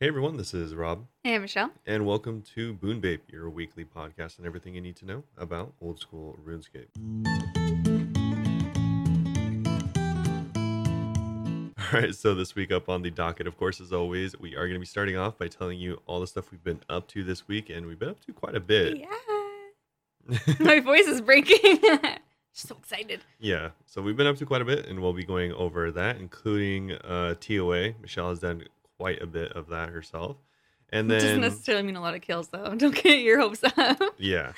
Hey everyone, this is Rob, Hey, Michelle. and welcome to Boon Babe, your weekly podcast on everything you need to know about old school RuneScape. All right, so this week up on the docket, of course, as always, we are going to be starting off by telling you all the stuff we've been up to this week, and we've been up to quite a bit. Yeah. My voice is breaking. so excited. Yeah, so we've been up to quite a bit, and we'll be going over that, including uh, TOA. Michelle has done quite a bit of that herself, and It doesn't then necessarily mean a lot of kills, though. Don't get your hopes up. yeah,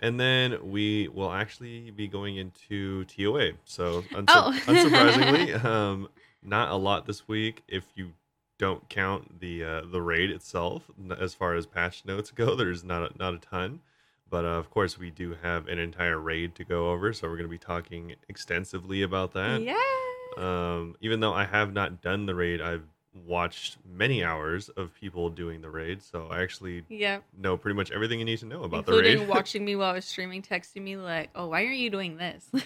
and then we will actually be going into TOA. So unsu- Oh. unsurprisingly, um, not a lot this week if you don't count the uh, the raid itself. N- As far as patch notes go, there's not a, not a ton. But uh, of course, we do have an entire raid to go over, so we're going to be talking extensively about that yeah. um, even though I have not done the raid, I've watched many hours of people doing the raid, so I actually Yeah. know pretty much everything you need to know about the Including raid. watching me while I was streaming, texting me, like, oh, why are you doing this?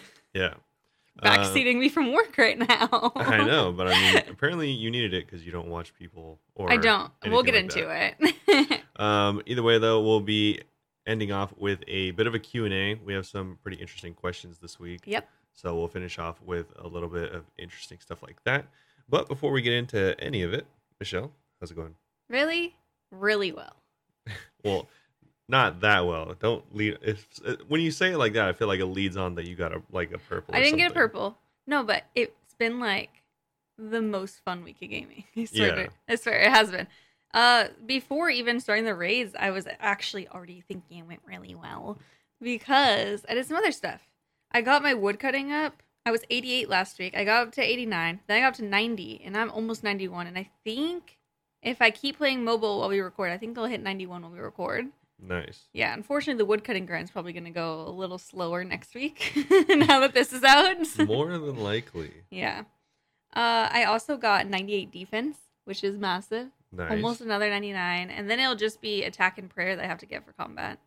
Uh, yeah, Backseating me from work right now. Uh, I know, but I mean, apparently you needed it because you don't watch people. Or I don't. We'll get into it. it. Um, either way, though, we'll be ending off with a bit of a Q and A. We have some pretty interesting questions this week. yep. So we'll finish off with a little bit of interesting stuff like that. But before we get into any of it, Michelle, how's it going? Really, really well. well not that well don't lead if when you say it like that i feel like it leads on that you got a like a purple I or didn't get a something. purple. No, but it's been like the most fun week of gaming. I swear, Yeah. to, I swear it has been. Uh, before even starting the raids, I was actually already thinking it went really well because I did some other stuff. I got my wood cutting up. I was 88 last week. I got up to 89. Then I got up to 90, and I'm almost 91. And I think if I keep playing mobile while we record, I think I'll hit 91 when we record. nice Yeah, unfortunately, the woodcutting grind's probably going to go a little slower next week now that this is out. more than likely yeah. Uh, I also got 98 defense, which is massive. nice Almost another 99. And then it'll just be attack and prayer that I have to get for combat.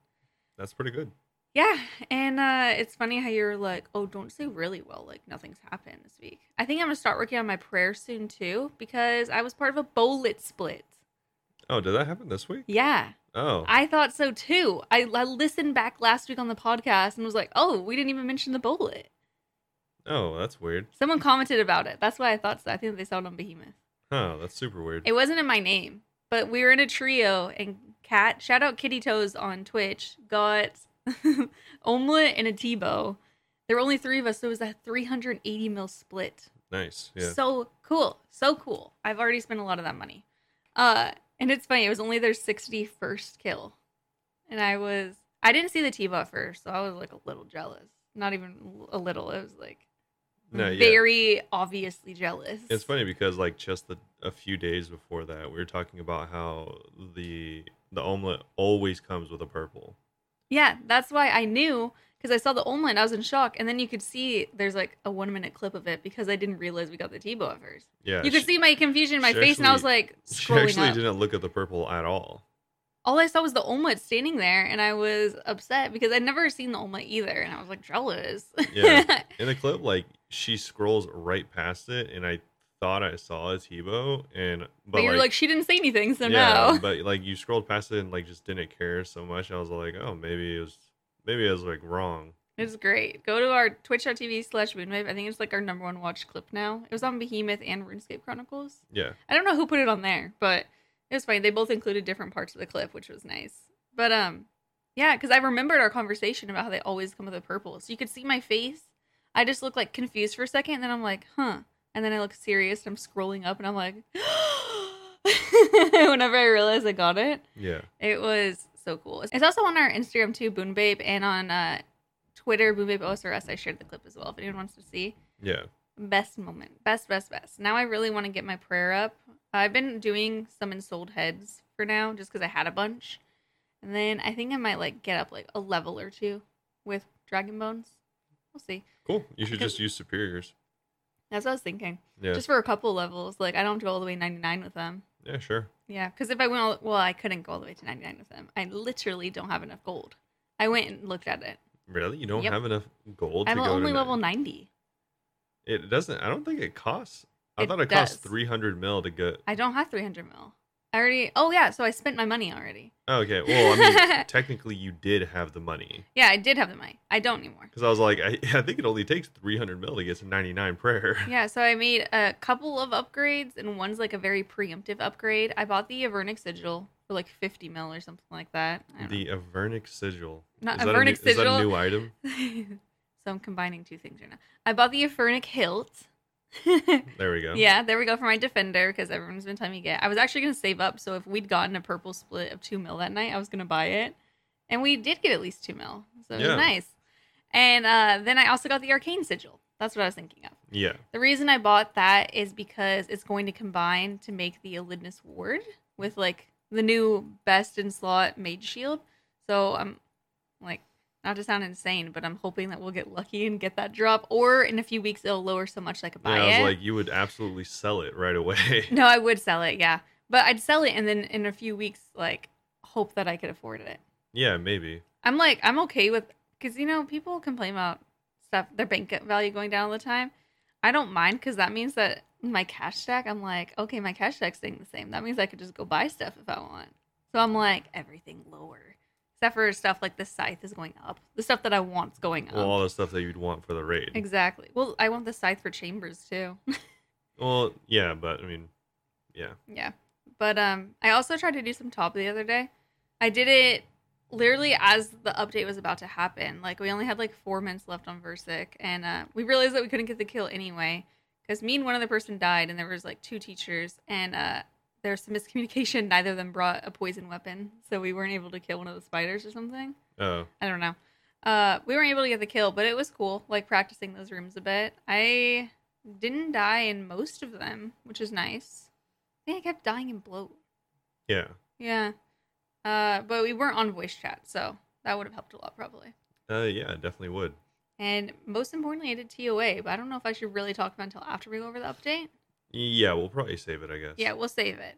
that's pretty good Yeah. And uh, it's funny how you're like, oh, don't say really well. Like, nothing's happened this week. I think I'm going to start working on my prayer soon, too, because I was part of a bowlet split. oh did that happen this week Yeah. oh I thought so too. I, I listened back last week on the podcast and was like, oh, we didn't even mention the bullet. oh that's weird Someone commented about it. That's why I thought so. I think they saw it on Behemoth. huh that's super weird It wasn't in my name, but we were in a trio and Kat, shout out Kitty Toes on Twitch, got omelet and a Tebow. There were only three of us, so it was a 380 mil split. nice yeah So cool. So cool. I've already spent a lot of that money. Uh and it's funny, it was only their 61st kill. And I was I didn't see the T at first, so I was like a little jealous. Not even a little. It was like no yeah very obviously jealous. it's funny because like just the, a few days before that we were talking about how the the omelet always comes with a purple Yeah, that's why I knew because I saw the omelet and I was in shock. And then you could see there's like a one minute clip of it because I didn't realize we got the T at first. yeah you could she- see my confusion in my she face, and I was actually- like she scrolling actually up. didn't look at the purple at all all I saw was the omelet standing there, and I was upset because I'd never seen the omelet either, and I was like jealous. yeah in the clip, like she scrolls right past it, and I thought I saw a Tebow, and but, but you're like, like, she didn't say anything, so yeah, no. but like you scrolled past it and like just didn't care so much. I was like, oh, maybe it was maybe I was like wrong. It's great. Go to our twitch.tv slash moonwave. I think it's like our number one watch clip now. It was on Behemoth and RuneScape Chronicles. Yeah, I don't know who put it on there, but it was funny. They both included different parts of the clip, which was nice. But um, yeah, because I remembered our conversation about how they always come with a purple. So you could see my face. I just look like confused for a second, and then I'm like, huh. And then I look serious. And I'm scrolling up, and I'm like, whenever I realize I got it, yeah, it was so cool. It's also on our Instagram too, Boon Babe, and on uh, Twitter, Boon Babe OSRS. I shared the clip as well if anyone wants to see yeah. best moment best best best now i really want to get my prayer up i've been doing some ensouled heads for now just because i had a bunch and then i think i might like get up like a level or two with dragon bones we'll see Cool. You should Because- just use superiors. that's what i was thinking Yeah, just for a couple levels like i don't have to go all the way 99 with them yeah, sure. yeah because if i went all well i couldn't go all the way to 99 with them i literally don't have enough gold i went and looked at it Really, you don't Yep. have enough gold. i'm to go only to level nine. 90 It doesn't. I don't think it costs. I It thought it does. cost three hundred mil to get. i don't have 300 mil I already. Oh yeah, so I spent my money already. Oh, Okay. Well, I mean, technically, you did have the money Yeah, I did have the money. I don't anymore. because I was like, I, I think it only takes 300 mil to get to 99 prayer. Yeah, so I made a couple of upgrades, and one's like a very preemptive upgrade. I bought the Avernic Sigil for like 50 mil or something like that. I don't The Avernic Sigil. Not that a Avernic new- Is that Sigil. a new item? know. so I'm combining two things right now. I bought the Avernic Hilt. There we go. yeah, there we go for my defender because everyone's been telling me to get. I was actually gonna save up, so if we'd gotten a purple split of two mil that night, I was gonna buy it, and we did get at least two mil, so it Yeah. was nice. And uh, then I also got the Arcane Sigil. That's what I was thinking of. Yeah. The reason I bought that is because it's going to combine to make the Elidnus Ward with like the new best in slot Mage Shield. So I'm like, not to sound insane, but I'm hoping that we'll get lucky and get that drop, or in a few weeks it'll lower so much like a buy Yeah, I it. was like, you would absolutely sell it right away. no, I would sell it, yeah, but I'd sell it and then in a few weeks, like, hope that I could afford it. yeah, maybe. I'm like, I'm okay with because you know people complain about stuff their bank value going down all the time. I don't mind because that means that my cash stack. I'm like, okay, my cash stack's staying the same. That means I could just go buy stuff if I want. So I'm like, everything lower except for stuff like the scythe is going up. The stuff that I want's going up. Well, all the stuff that you'd want for the raid. exactly. Well, I want the scythe for chambers too. Well, yeah, but I mean, yeah. Yeah. But um I also tried to do some top the other day. I did it literally as the update was about to happen. Like we only had like 4 minutes left on Versic and uh we realized that we couldn't get the kill anyway cuz me and one other person died and there was like two teachers and uh there was some miscommunication. Neither of them brought a poison weapon, so we weren't able to kill one of the spiders or something. Oh, I don't know. Uh, we weren't able to get the kill, but it was cool. Like practicing those rooms a bit. I didn't die in most of them, which is nice. I think I kept dying in bloat. yeah. Yeah. Uh, but we weren't on voice chat, so that would have helped a lot probably. Uh, yeah, it definitely would. And most importantly, I did TOA, but I don't know if I should really talk about it until after we go over the update. Yeah, we'll probably save it, I guess. Yeah, we'll save it.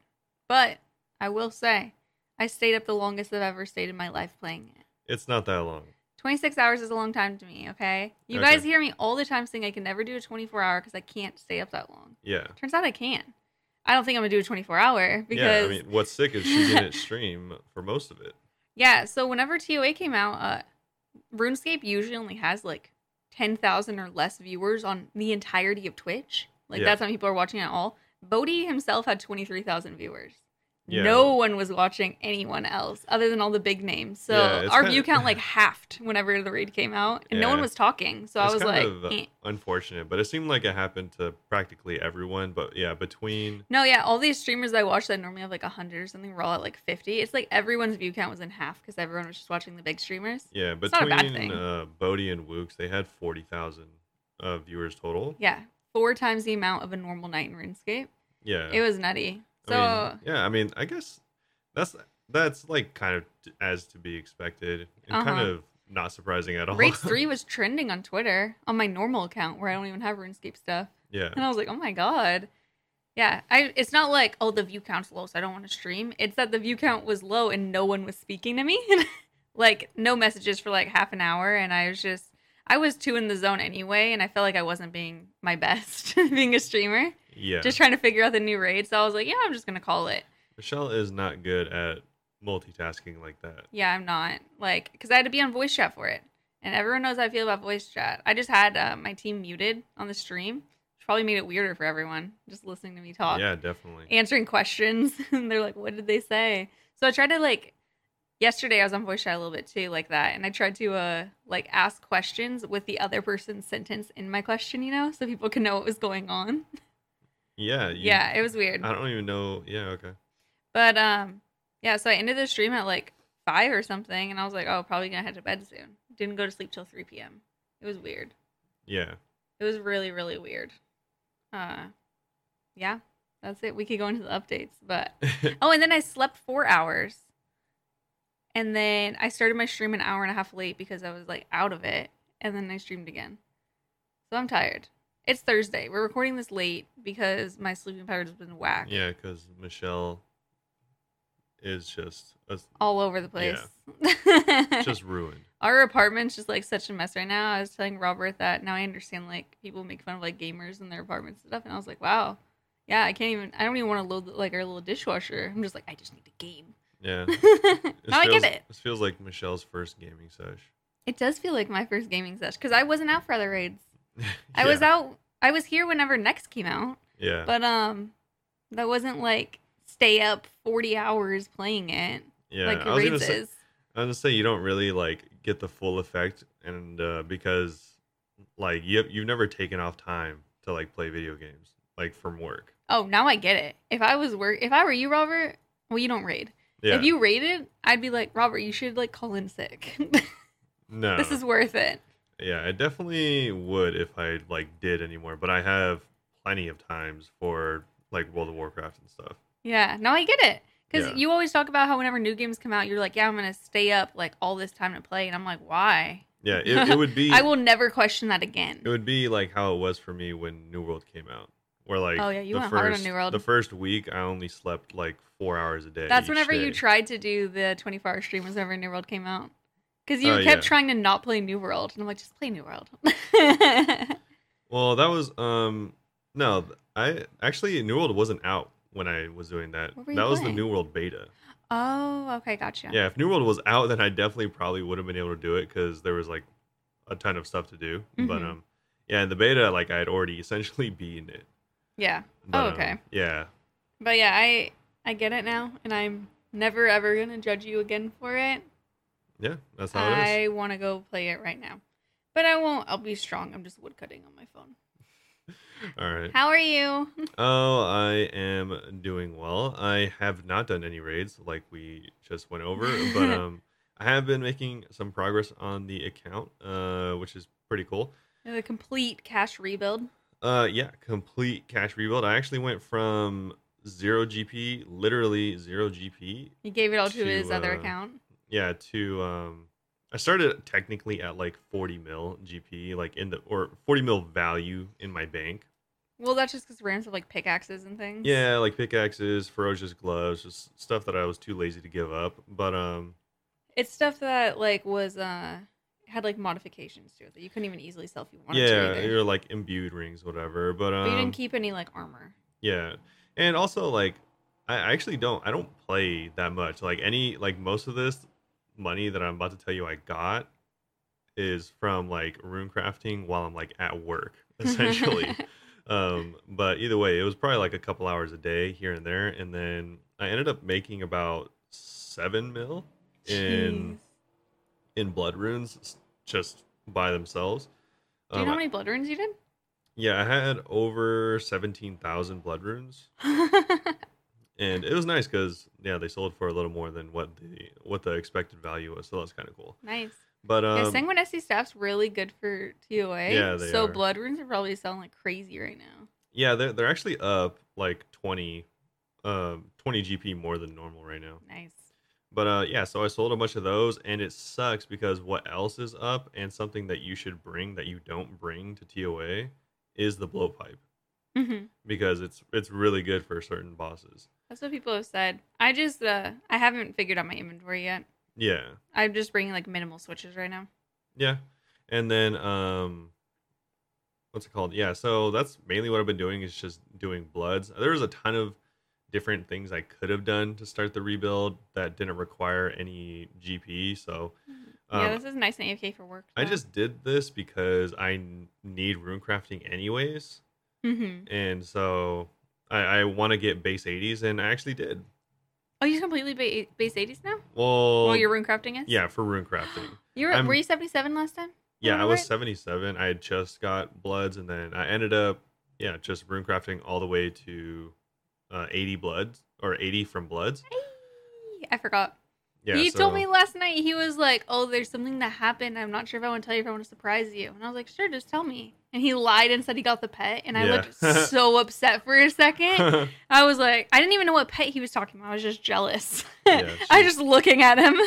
But I will say, I stayed up the longest I've ever stayed in my life playing it. It's not that long. 26 hours is a long time to me, okay? You Okay. guys hear me all the time saying I can never do a 24 hour because I can't stay up that long. Yeah. Turns out I can. I don't think I'm gonna do a 24 hour because, yeah, I mean, what's sick is she didn't stream for most of it. yeah, so whenever TOA came out, uh, RuneScape usually only has like 10,000 or less viewers on the entirety of Twitch. Like, Yeah. that's how many people are watching at all. Bodhi himself had 23,000 viewers. Yeah. No one was watching anyone else other than all the big names. So Yeah, it's our kinda- view count like halved whenever the raid came out, and no one Yeah. was talking. So I it's was like, kind of uh, eh. unfortunate, but it seemed like it happened to practically everyone. But yeah, between no, yeah, all these streamers I watch that normally have like hundred or something were all at like fifty. It's like everyone's view count was in half because everyone was just watching the big streamers. yeah, It's not a bad between thing. uh, Bodhi and Wooks, they had forty thousand uh, viewers total. Yeah, four times the amount of a normal night in RuneScape. Yeah, It was nutty. So I mean, yeah, I mean, I guess that's that's like kind of t- as to be expected and kind Uh-huh. of not surprising at all. Rage Three was trending on Twitter on my normal account where I don't even have RuneScape stuff. yeah, And I was like, oh my god. Yeah, I, it's not like, oh, the view count's low, so I don't want to stream. It's that the view count was low and no one was speaking to me. like, no messages for like half an hour. And I was just, I was too in the zone anyway. And I felt like I wasn't being my best being a streamer, yeah. just trying to figure out the new raid. So I was like, yeah, I'm just going to call it. Michelle is not good at multitasking like that. Yeah, I'm not. Like, because I had to be on voice chat for it. And everyone knows how I feel about voice chat. I just had uh, my team muted on the stream, which probably made it weirder for everyone just listening to me talk. Yeah, definitely. answering questions and they're like what did they say so i tried to like yesterday i was on voice chat a little bit too like that and i tried to uh like ask questions with the other person's sentence in my question you know so people can know what was going on yeah, you- yeah it was weird I don't even know. Yeah, okay. but um yeah so i ended the stream at like five or something and i was like oh probably gonna head to bed soon didn't go to sleep till 3 p.m it was weird Yeah. it was really really weird uh yeah that's it we could go into the updates but Oh, and then I slept four hours. And then I started my stream an hour and a half late because I was like out of it. And then I streamed again. So I'm tired. It's Thursday. We're recording this late because my sleeping pattern's been whacked yeah, because Michelle is just a, all over the place. just ruined. Our apartment's just like such a mess right now. I was telling Robert that now I understand like people make fun of like gamers in their apartments and stuff. And I was like, wow, Yeah, I can't even. I don't even want to load like our little dishwasher. I'm just like, I just need a game. Yeah. now I feels, get it. This feels like Michelle's first gaming sesh. It does feel like my first gaming session because I wasn't out for other raids. I Yeah, was out. I was here whenever next came out, Yeah. but um, that wasn't like stay up 40 hours playing it yeah. like I your was gonna raids say, is. I was gonna say you don't really like get the full effect, and uh, because like you you've never taken off time to like play video games like from work. Oh, now I get it. If I was work, if I were you, Robert, well, you don't raid. Yeah. If you raided, I'd be like, Robert, you should like call in sick. no. this is worth it. Yeah, I definitely would if I like did anymore, but I have plenty of times for like World of Warcraft and stuff. Yeah, no, I get it. Because Yeah. you always talk about how whenever new games come out, you're like, yeah, I'm going to stay up like all this time to play. And I'm like, why? Yeah, it, it would be I will never question that again. it would be like how it was for me when New World came out. Where like Oh, yeah, you the went first, hard on New World. The first week I only slept like four hours a day. That's each whenever you day. tried to do the 24 hour stream, was whenever New World came out. Because you Oh, kept yeah. trying to not play New World. And I'm like, just play New World. Well that was um no I actually New World wasn't out when I was doing that. What That were you was the playing? New World beta. oh, okay, gotcha. Yeah, if New World was out, then I definitely probably would have been able to do it because there was like a ton of stuff to do. But Mhm. um, yeah, in the beta, like I had already essentially beaten it. Yeah. But, Oh, um, okay. yeah, But yeah, I I get it now, and I'm never ever gonna judge you again for it. yeah, that's how it is. I want to go play it right now, but I won't. I'll be strong. I'm just woodcutting on my phone. All right. How are you? Oh, I am doing well. I have not done any raids like we just went over, but um, I have been making some progress on the account, uh, which is pretty cool. the complete cash rebuild. Uh, yeah, complete cash rebuild. I actually went from zero GP, literally zero GP, He gave it all to, To, his other uh, account. yeah to um i started technically at like 40 mil gp like in the or 40 mil value in my bank Well, that's just because randoms have like pickaxes and things. yeah like pickaxes ferocious gloves just stuff that i was too lazy to give up but um it's stuff that like was uh had like modifications to it that you couldn't even easily sell if you wanted yeah to. Either. you're like imbued rings whatever but um But you didn't keep any like armor. yeah and also like i I actually don't i don't play that much like any like most of this money that i'm about to tell you i got is from like rune crafting while i'm like at work essentially um but either way it was probably like a couple hours a day here and there and then i ended up making about seven mil in Jeez. in blood runes s- just by themselves Do you know Um, how many blood runes you did? yeah i had over 17000 blood runes and it was nice because yeah they sold for a little more than what the what the expected value was so that's kind of cool nice. but um yeah, Sanguinesi staff's really good for TOA. Yeah, they so are. blood runes are probably selling like crazy right now. yeah they're, they're actually up like 20 um 20 gp more than normal right now Nice. But uh, yeah, so I sold a bunch of those, and it sucks because what else is up and something that you should bring that you don't bring to TOA is the blowpipe hmm because it's it's really good for certain bosses. That's what people have said. I just uh I haven't figured out my inventory yet. Yeah, I'm just bringing like minimal switches right now. yeah, and then um, what's it called? Yeah, so that's mainly what I've been doing is just doing bloods. There was a ton of different things I could have done to start the rebuild that didn't require any GP. So um, yeah, this is nice and AFK for work. I just did this because I n- need runecrafting anyways, hmm and so I, I want to get base 80s, and I actually did. Oh, you completely ba- base 80s now? Well, well, your rune crafting is. yeah, for runecrafting. You were I'm- were you 77 last time? yeah, I Remember was it? 77. I had just got bloods, and then I ended up yeah just runecrafting all the way to uh, 80 bloods or 80 from bloods. Ayy, I forgot. Yeah, he so, told me last night he was like, "Oh, there's something that happened. I'm not sure if I want to tell you if I want to surprise you." And I was like, "Sure, just tell me." And he lied and said he got the pet, and I Yeah. looked so upset for a second. I was like, I didn't even know what pet he was talking about. I was just jealous. Yeah, I she- was just looking at him.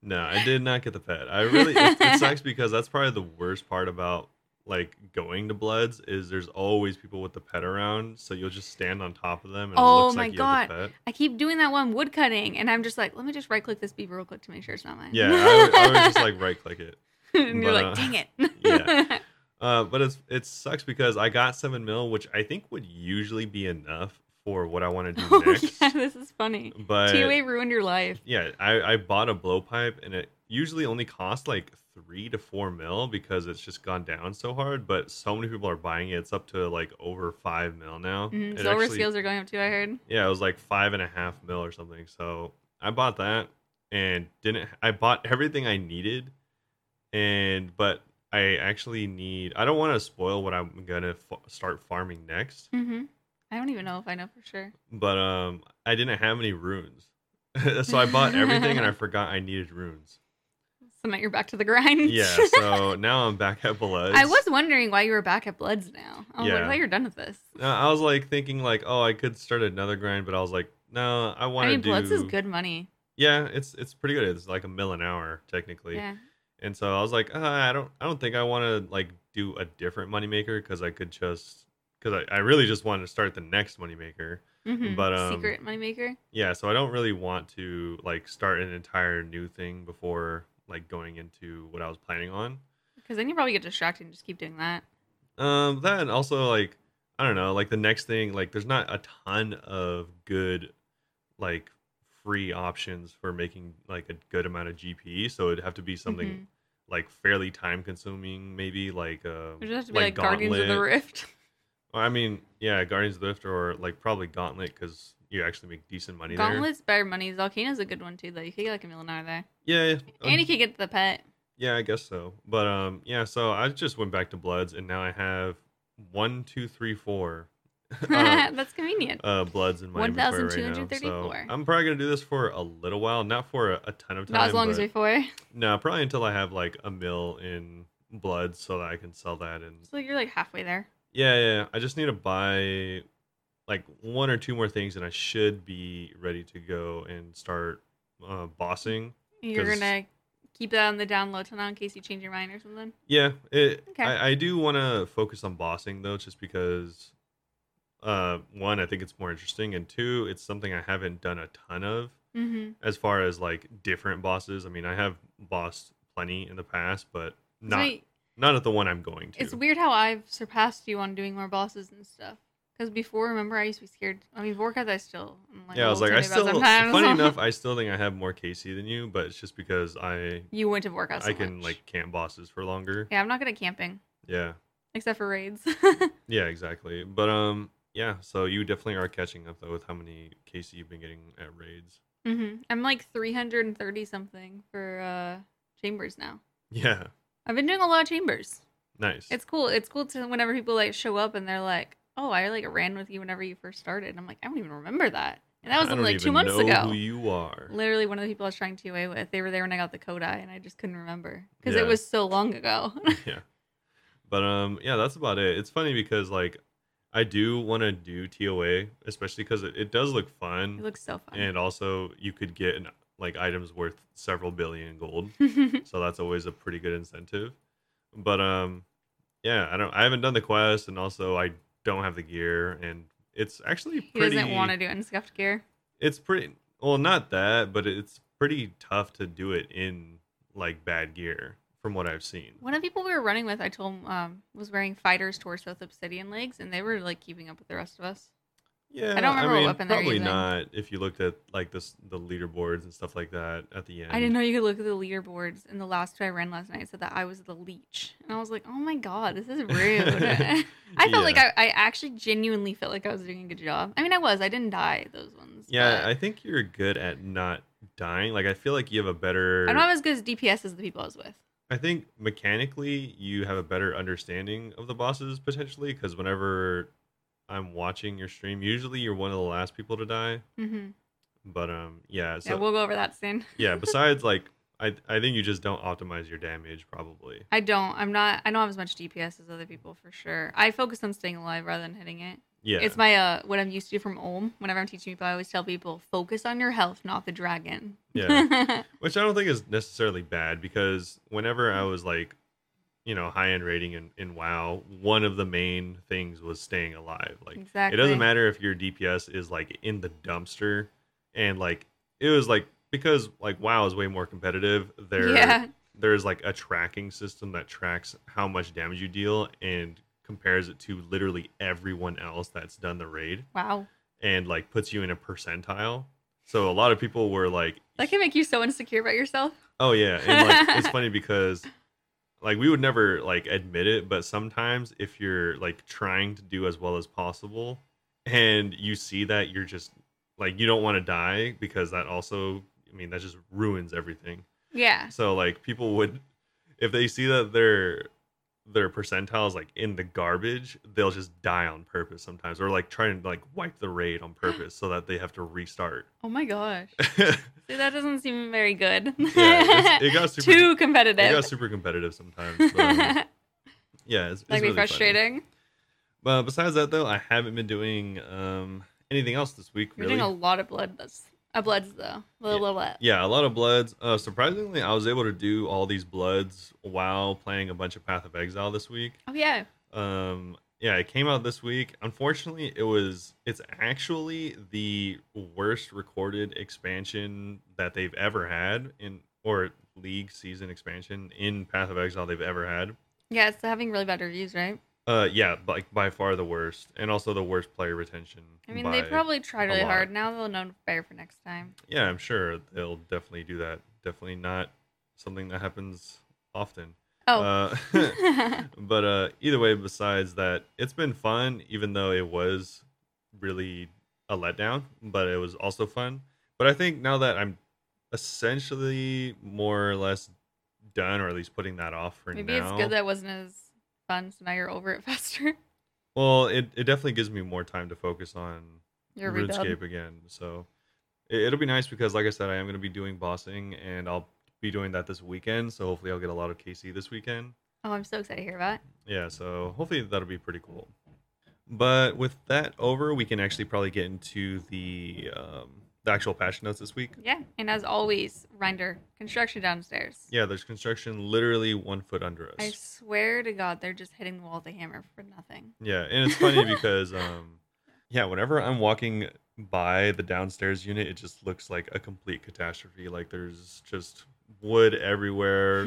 No, I did not get the pet. I really it, it sucks because that's probably the worst part about like going to Bloods is there's always people with the pet around, so you'll just stand on top of them and Oh it looks my like you have the pet. I keep doing that one wood cutting, and I'm just like, let me just right click this beaver real quick to make sure it's not mine. Yeah, I would, I would just like right click it. and you're but, like, uh, dang it. yeah. Uh, but it's it sucks because I got seven mil, which I think would usually be enough for what I want to do Oh next. yeah, this is funny. But TUA ruined your life. yeah, I, I bought a blowpipe and it usually only costs like three to four mil because it's just gone down so hard. But so many people are buying it; it's up to like over five mil now. Mm, It silver actually- scales are going up too. I heard. yeah, it was like five and a half mil or something. So I bought that and didn't. I bought everything I needed, and but I actually need. I don't want to spoil what I'm gonna f- start farming next. Mm-hmm. I don't even know if I know for sure. But um, I didn't have any runes, so I bought everything and I forgot I needed runes. So now you're back to the grind. Yeah, so now I'm back at Belez. I was wondering why you were back at Bloods now. I was like, Yeah. well, you're done with this. Uh, I was like thinking like, oh, I could start another grind, but I was like, no, I I want to mean, do. Bloods is good money. Yeah, it's it's pretty good. It's like a mill an hour technically. Yeah. And so I was like, uh, I don't, I don't think I want to like do a different moneymaker because I could just, because I, I really just want to start the next moneymaker. Mhm. But, um, secret moneymaker. Yeah, so I don't really want to like start an entire new thing before like going into what I was planning on. Because then you probably get distracted and just keep doing that. Um, that and also like I don't know, like the next thing, like there's not a ton of good like free options for making like a good amount of GP, so it'd have to be something Mhm. like fairly time consuming, maybe like uh, It would have to be like, Guardians of the Rift. Or, I mean, yeah, Guardians of the Rift or like probably Gauntlet because you actually make decent money Gauntlet's better money. Zalkina's a good one too, though. You could get like a millionaire there, there. Yeah, um, and you could get the pet. yeah, I guess so. But um, yeah, so I just went back to Bloods and now I have one, two, three, four. um, That's convenient. uh, bloods in Miami Square right now. 1,234. So I'm probably gonna do this for a little while, not for a, a ton of time. Not as long as but- before. No, probably until I have like a mill in bloods so that I can sell that. And So you're like halfway there. yeah, yeah, yeah. I just need to buy like one or two more things, and I should be ready to go and start uh, bossing. You're 'Cause- gonna keep that on the down low till now in case you change your mind or something. Yeah, it, Okay. I, I do want to focus on bossing though, just because uh, one, I think it's more interesting, and two, it's something I haven't done a ton of. Mm-hmm. as far as like different bosses. I mean, I have bossed plenty in the past, but not not at the one I'm going to. It's weird how I've surpassed you on doing more bosses and stuff. Because before, remember, I used to be scared. I mean, before, because I still. I'm like, yeah, I was like, I still. Sometimes. Funny enough, I still think I have more KC than you, but it's just because I you went to workout. So I can much. like camp bosses for longer. Yeah, I'm not good at camping Yeah. except for raids. yeah, exactly. But um, yeah. So you definitely are catching up though with how many KC you've been getting at raids. hmm I'm like 330 something for uh chambers now. Yeah, I've been doing a lot of chambers. nice. It's cool. It's cool to whenever people like show up and they're like, "Oh, I like ran with you whenever you first started." And I'm like, I don't even remember that. And that was I don't like two even months know ago. Who you are? Literally, one of the people I was trying to UA with, they were there when I got the Kodai, and I just couldn't remember because Yeah. it was so long ago. yeah. But um, yeah, that's about it. It's funny because like I do want to do TOA, especially because it, it does look it fun, looks so fun. Mm-hmm. and also you could get an, like items worth several billion gold, so that's always a pretty good incentive. But um, yeah, I don't. I haven't done the quest, and also I don't have the gear, and it's actually he pretty. doesn't want to do it in scuffed gear. It's pretty well, not that, but it's pretty tough to do it in like bad gear, from what I've seen. One of the people we were running with, I told him, um, was wearing fighters torso with obsidian legs, and they were like keeping up with the rest of us. Yeah, don't remember what weapon they were probably using. not. If you looked at like this, the leaderboards and stuff like that at the end. I didn't know you could look at the leaderboards. And the last two I ran last night said that I was the leech, and I was like, "Oh my god, this is rude." I felt like Yeah. I, I actually genuinely felt like I was doing a good job. I mean, I was. I didn't die those ones. Yeah, but- I think you're good at not dying. Like I feel like you have a better. I'm not as good as DPS as the people I was with. I think mechanically you have a better understanding of the bosses potentially because whenever I'm watching your stream, usually you're one of the last people to die. Mm-hmm. But um, yeah. So yeah, yeah. we'll go over that soon. besides, like I I think you just don't optimize your damage probably. I don't. I'm not. I don't have as much DPS as other people for sure. I focus on staying alive rather than hitting it. Yeah. It's my uh, what I'm used to from Ulm. Whenever I'm teaching people, I always tell people focus on your health, not the dragon. yeah. which I don't think is necessarily bad because whenever I was like, you know, high end rating in, in WoW, one of the main things was staying alive. Like, exactly. it doesn't matter if your DPS is like in the dumpster and like it was like because like WoW is way more competitive. Their Yeah. there's like a tracking system that tracks how much damage you deal and compares it to literally everyone else that's done the raid Wow. and like puts you in a percentile. So a lot of people were like, That can make you so insecure about yourself. "Oh yeah," and like it's funny because like we would never like admit it, but sometimes if you're like trying to do as well as possible and you see that you're just like you don't want to die because that also I mean that just ruins everything. Yeah. So like people would if they see that their their percentiles like in the garbage, they'll just die on purpose sometimes or like try and like wipe the raid on purpose so that they have to restart. Oh my gosh. yeah, See, that doesn't seem very good. it's- it got super Too it got competitive. super competitive sometimes. But, um, yeah, it's, it's really That'd be funny. frustrating. But besides that though, I haven't been doing um anything else this week You're really. doing a lot of blood. That's uh, bloods though. Blah, Yeah. blah, blah. yeah, a lot of bloods. Uh, surprisingly, I was able to do all these bloods while playing a bunch of Path of Exile this week. Oh yeah. um yeah it came out this week unfortunately it was it's actually the worst recorded expansion that they've ever had in or league season expansion in path of exile they've ever had Yeah, it's having really bad reviews, right? uh yeah like by far the worst and also the worst player retention I mean, by- they probably tried a really lot. hard. Now they'll know better for next time. yeah i'm sure they'll definitely do that definitely not something that happens often Oh. uh, but uh either way besides that it's been fun even though it was really a letdown but it was also fun but i think now that i'm essentially more or less done or at least putting that off for Maybe now it's good that wasn't as fun, so now you're over it faster. well it, it definitely gives me more time to focus on You're redone. runescape again so it, it'll be nice because like i said i am going to be doing bossing and i'll be doing that this weekend so hopefully i'll get a lot of kc this weekend Oh, I'm so excited to hear about it. Yeah, so hopefully that'll be pretty cool. But with that over, we can actually probably get into the um, the actual patch notes this week. Yeah. And as always, render construction downstairs. Yeah, there's construction literally one foot under us. I swear to God, they're just hitting the wall with a hammer for nothing. Yeah, and it's funny because um, yeah, whenever I'm walking by the downstairs unit, it just looks like a complete catastrophe. Like there's just wood everywhere,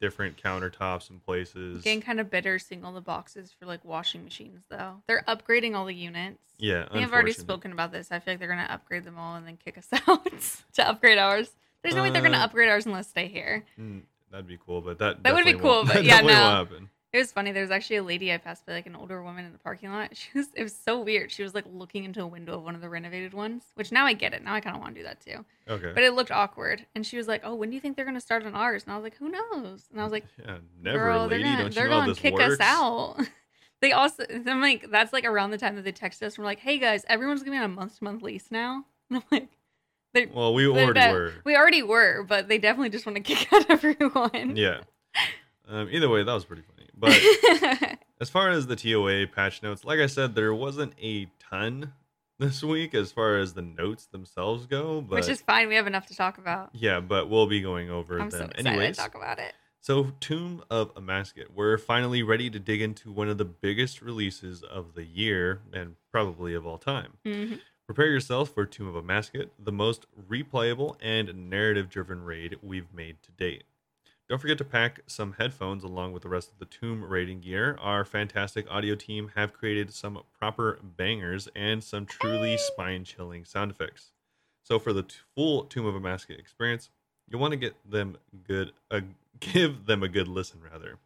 different countertops and places. Getting kind of bitter seeing all the boxes for like washing machines, though. They're upgrading all the units. Yeah, We have already unfortunate. spoken about this. I feel like they're gonna upgrade them all and then kick us out to upgrade ours. There's no way they're gonna Uh, upgrade ours unless they stay here. Mm, that'd be cool, but that That would be definitely won't- cool, but that yeah, definitely no. won't happen. It was funny. There was actually a lady I passed by, like an older woman in the parking lot. She was it was so weird. She was like looking into a window of one of the renovated ones, which now I get it. Now I kind of want to do that too. Okay. But it looked awkward. And she was like, "Oh, when do you think they're gonna start on ours?" And I was like, "Who knows?" And I was like, Yeah, never, "Girl, lady. they're gonna Don't they're you know how gonna this kick works? us out." they also I'm like that's like around the time that they texted us. We're like, "Hey guys, everyone's gonna be on a month to month lease now." And I'm like, "They're." Well, we They're already dead. were. We already were, but they definitely just want to kick out everyone. Yeah. Um, either way, that was pretty funny. But as far as the TOA patch notes, like I said, there wasn't a ton this week as far as the notes themselves go. But Which is fine. We have enough to talk about. yeah, but we'll be going over I'm so them excited anyways. to talk about it. So, Tomb of Amasket, we're finally ready to dig into one of the biggest releases of the year and probably of all time. Mhm. Prepare yourself for Tomb of a Mascot, the most replayable and narrative driven raid we've made to date. Don't forget to pack some headphones along with the rest of the Tomb raiding gear. Our fantastic audio team have created some proper bangers and some truly Hey. spine chilling sound effects. So, for the t- full Tomb of a Mascot experience, you'll want to get them good, uh, give them a good listen, rather.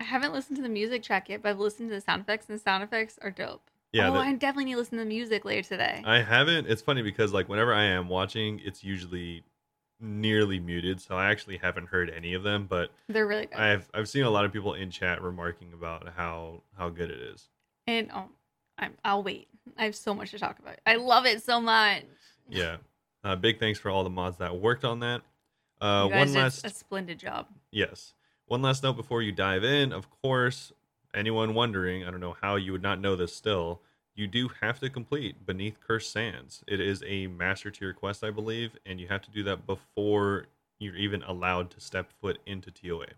I haven't listened to the music track yet, but I've listened to the sound effects, and the sound effects are dope. Yeah, oh, that- I definitely need to listen to the music later today. I haven't. It's funny because like whenever I am watching, it's usually nearly muted, so I actually haven't heard any of them. But They're really good. I've I've seen a lot of people in chat remarking about how how good it is. and oh, I'm, I'll wait. I have so much to talk about. I love it so much. Yeah. Uh, big thanks for all the mods that worked on that. Uh, you guys one did last a splendid job. Yes. One last note before you dive in. Of course, anyone wondering, I don't know how you would not know this still, you do have to complete Beneath Cursed Sands. It is a master tier quest, I believe, and you have to do that before you're even allowed to step foot into TOA.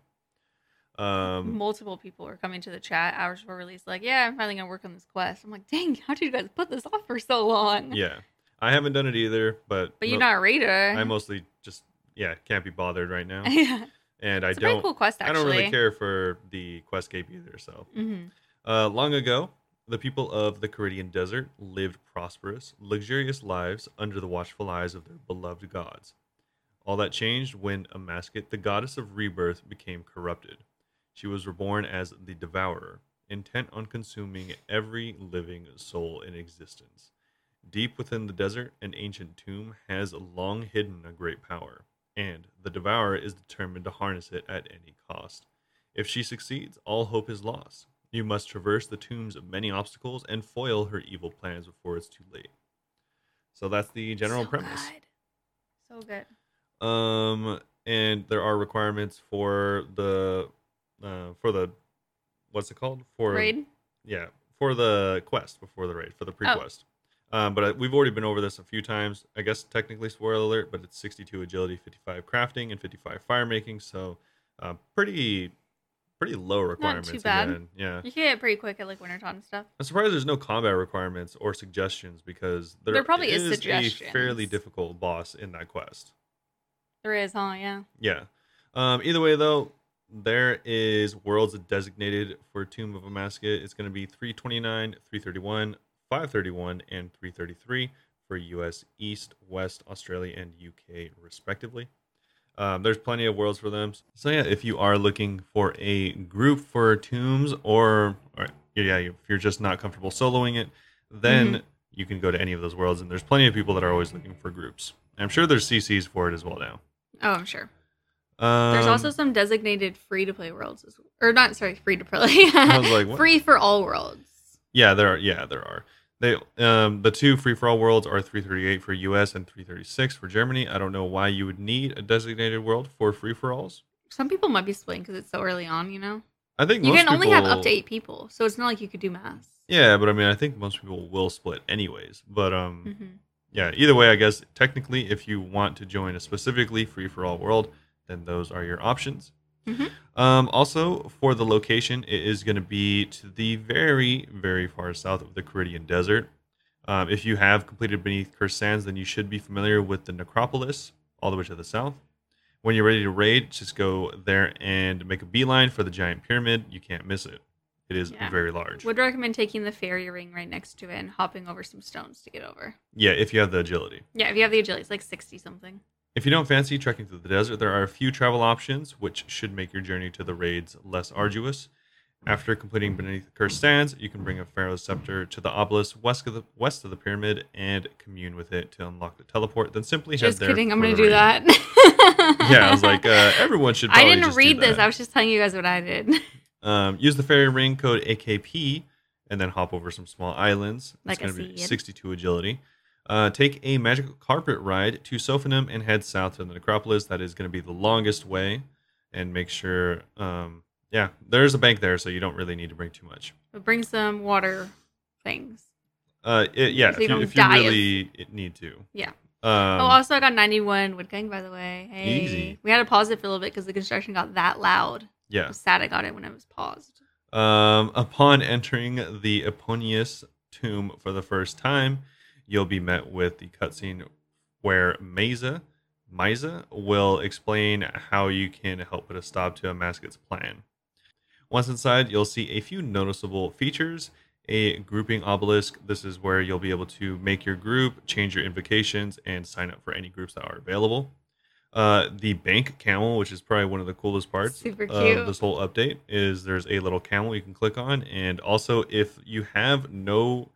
Um, Multiple people were coming to the chat hours before release, like, "Yeah, I'm finally gonna work on this quest." I'm like, "Dang, how did you guys put this off for so long?" yeah. I haven't done it either, but, But eh? you're mo- not a reader. I mostly just, yeah, can't be bothered right now. yeah. and I It's a pretty don't cool quest, I actually. don't really care for the questscape either. So hmm uh, long ago, the people of the Caridian desert lived prosperous, luxurious lives under the watchful eyes of their beloved gods. All that changed when Amaskit, the goddess of rebirth, became corrupted. She was reborn as the Devourer, intent on consuming every living soul in existence. Deep within the desert, an ancient tomb has long hidden a great power, and the Devourer is determined to harness it at any cost. If she succeeds, all hope is lost. You must traverse the tomb's many obstacles and foil her evil plans before it's too late. So that's the general so premise. Good. So good. Um, and there are requirements for the, uh, for the, what's it called? For Raid. Oh. yeah, for the quest before the raid for the pre-quest. Um, but uh, we've already been over this a few times. I guess technically spoiler alert, but it's 62 agility, 55 crafting, and 55 fire making. So, uh, pretty, pretty low requirements. bad. Again. Yeah, You can get it pretty quick at like Winterton and stuff. I'm surprised there's no combat requirements or suggestions because there, There probably is is a fairly suggestions. difficult boss in that quest. There is, huh? Yeah. Yeah. Um, either way, though, there is worlds designated for Tomb of Amaskit. It's going to be 329, 331, 531, and 333 for US East, West, Australia, and UK, respectively. Um, there's plenty of worlds for them. So, yeah, if you are looking for a group for tombs or, or yeah, if you're just not comfortable soloing it, then Mm-hmm. you can go to any of those worlds. And there's plenty of people that are always looking for groups. I'm sure there's CCs for it as well now. Oh, I'm sure. Um, There's also some designated free to play worlds, as or not sorry, free to play. I was like, what? free for all worlds. Yeah, there are. Yeah, there are. They um the two free for all worlds are 338 for U.S. and 336 for Germany. I don't know why you would need a designated world for free for alls. Some people might be splitting because it's so early on, you know. I think You most can only have up to people- eight people, so it's not like you could do mass. Yeah, but I mean, I think most people will split anyways. But um, hmm yeah. Either way, I guess technically, if you want to join a specifically free for all world, then those are your options. Mhm. Um, also, for the location, it is going to be to the very, very far south of the Caridian Desert. Um, if you have completed Beneath Cursed Sands, then you should be familiar with the Necropolis, all the way to the south. When you're ready to raid, just go there and make a beeline for the giant pyramid. You can't miss it. It is Yeah. very large. Would recommend taking the fairy ring right next to it and hopping over some stones to get over. yeah, if you have the agility. Yeah, if you have the agility, it's like sixty something. If you don't fancy trekking through the desert, there are a few travel options, which should make your journey to the raids less arduous. After completing Beneath the Cursed Sands, you can bring a Pharaoh's scepter to the obelisk west of the, west of the pyramid and commune with it to unlock the teleport. Then simply Just head there. kidding, I'm for gonna the do raid. that. yeah, I was like, uh, everyone should. I Probably didn't just read do this. I that. was just telling you guys what I did. Um, use the fairy ring code AKP and then hop over some small islands. Like I it's going to be said. 62 agility. Uh, take a magical carpet ride to Sophanum and head south to the necropolis. That is going to be the longest way. And make sure, um, yeah, there's a bank there, so you don't really need to bring too much. But bring some water things. Uh, it, yeah, if So you you, don't if you die of- really need to. Yeah. Um, oh, also I got 91 wood cutting, by the way. Hey, Easy. we had to pause it for a little bit because the construction got that loud. yeah. I'm sad I got it when it was paused. Um, upon entering the Eponius tomb for the first time, you'll be met with the cutscene where Mesa, Misa will explain how you can help put a stop to Amaskit's plan. Once inside, you'll see a few noticeable features. A grouping obelisk. This is where you'll be able to make your group, change your invocations, and sign up for any groups that are available. Uh, the bank camel, which is probably one of the coolest parts Super of cute. this whole update, is there's a little camel you can click on, and also if you have no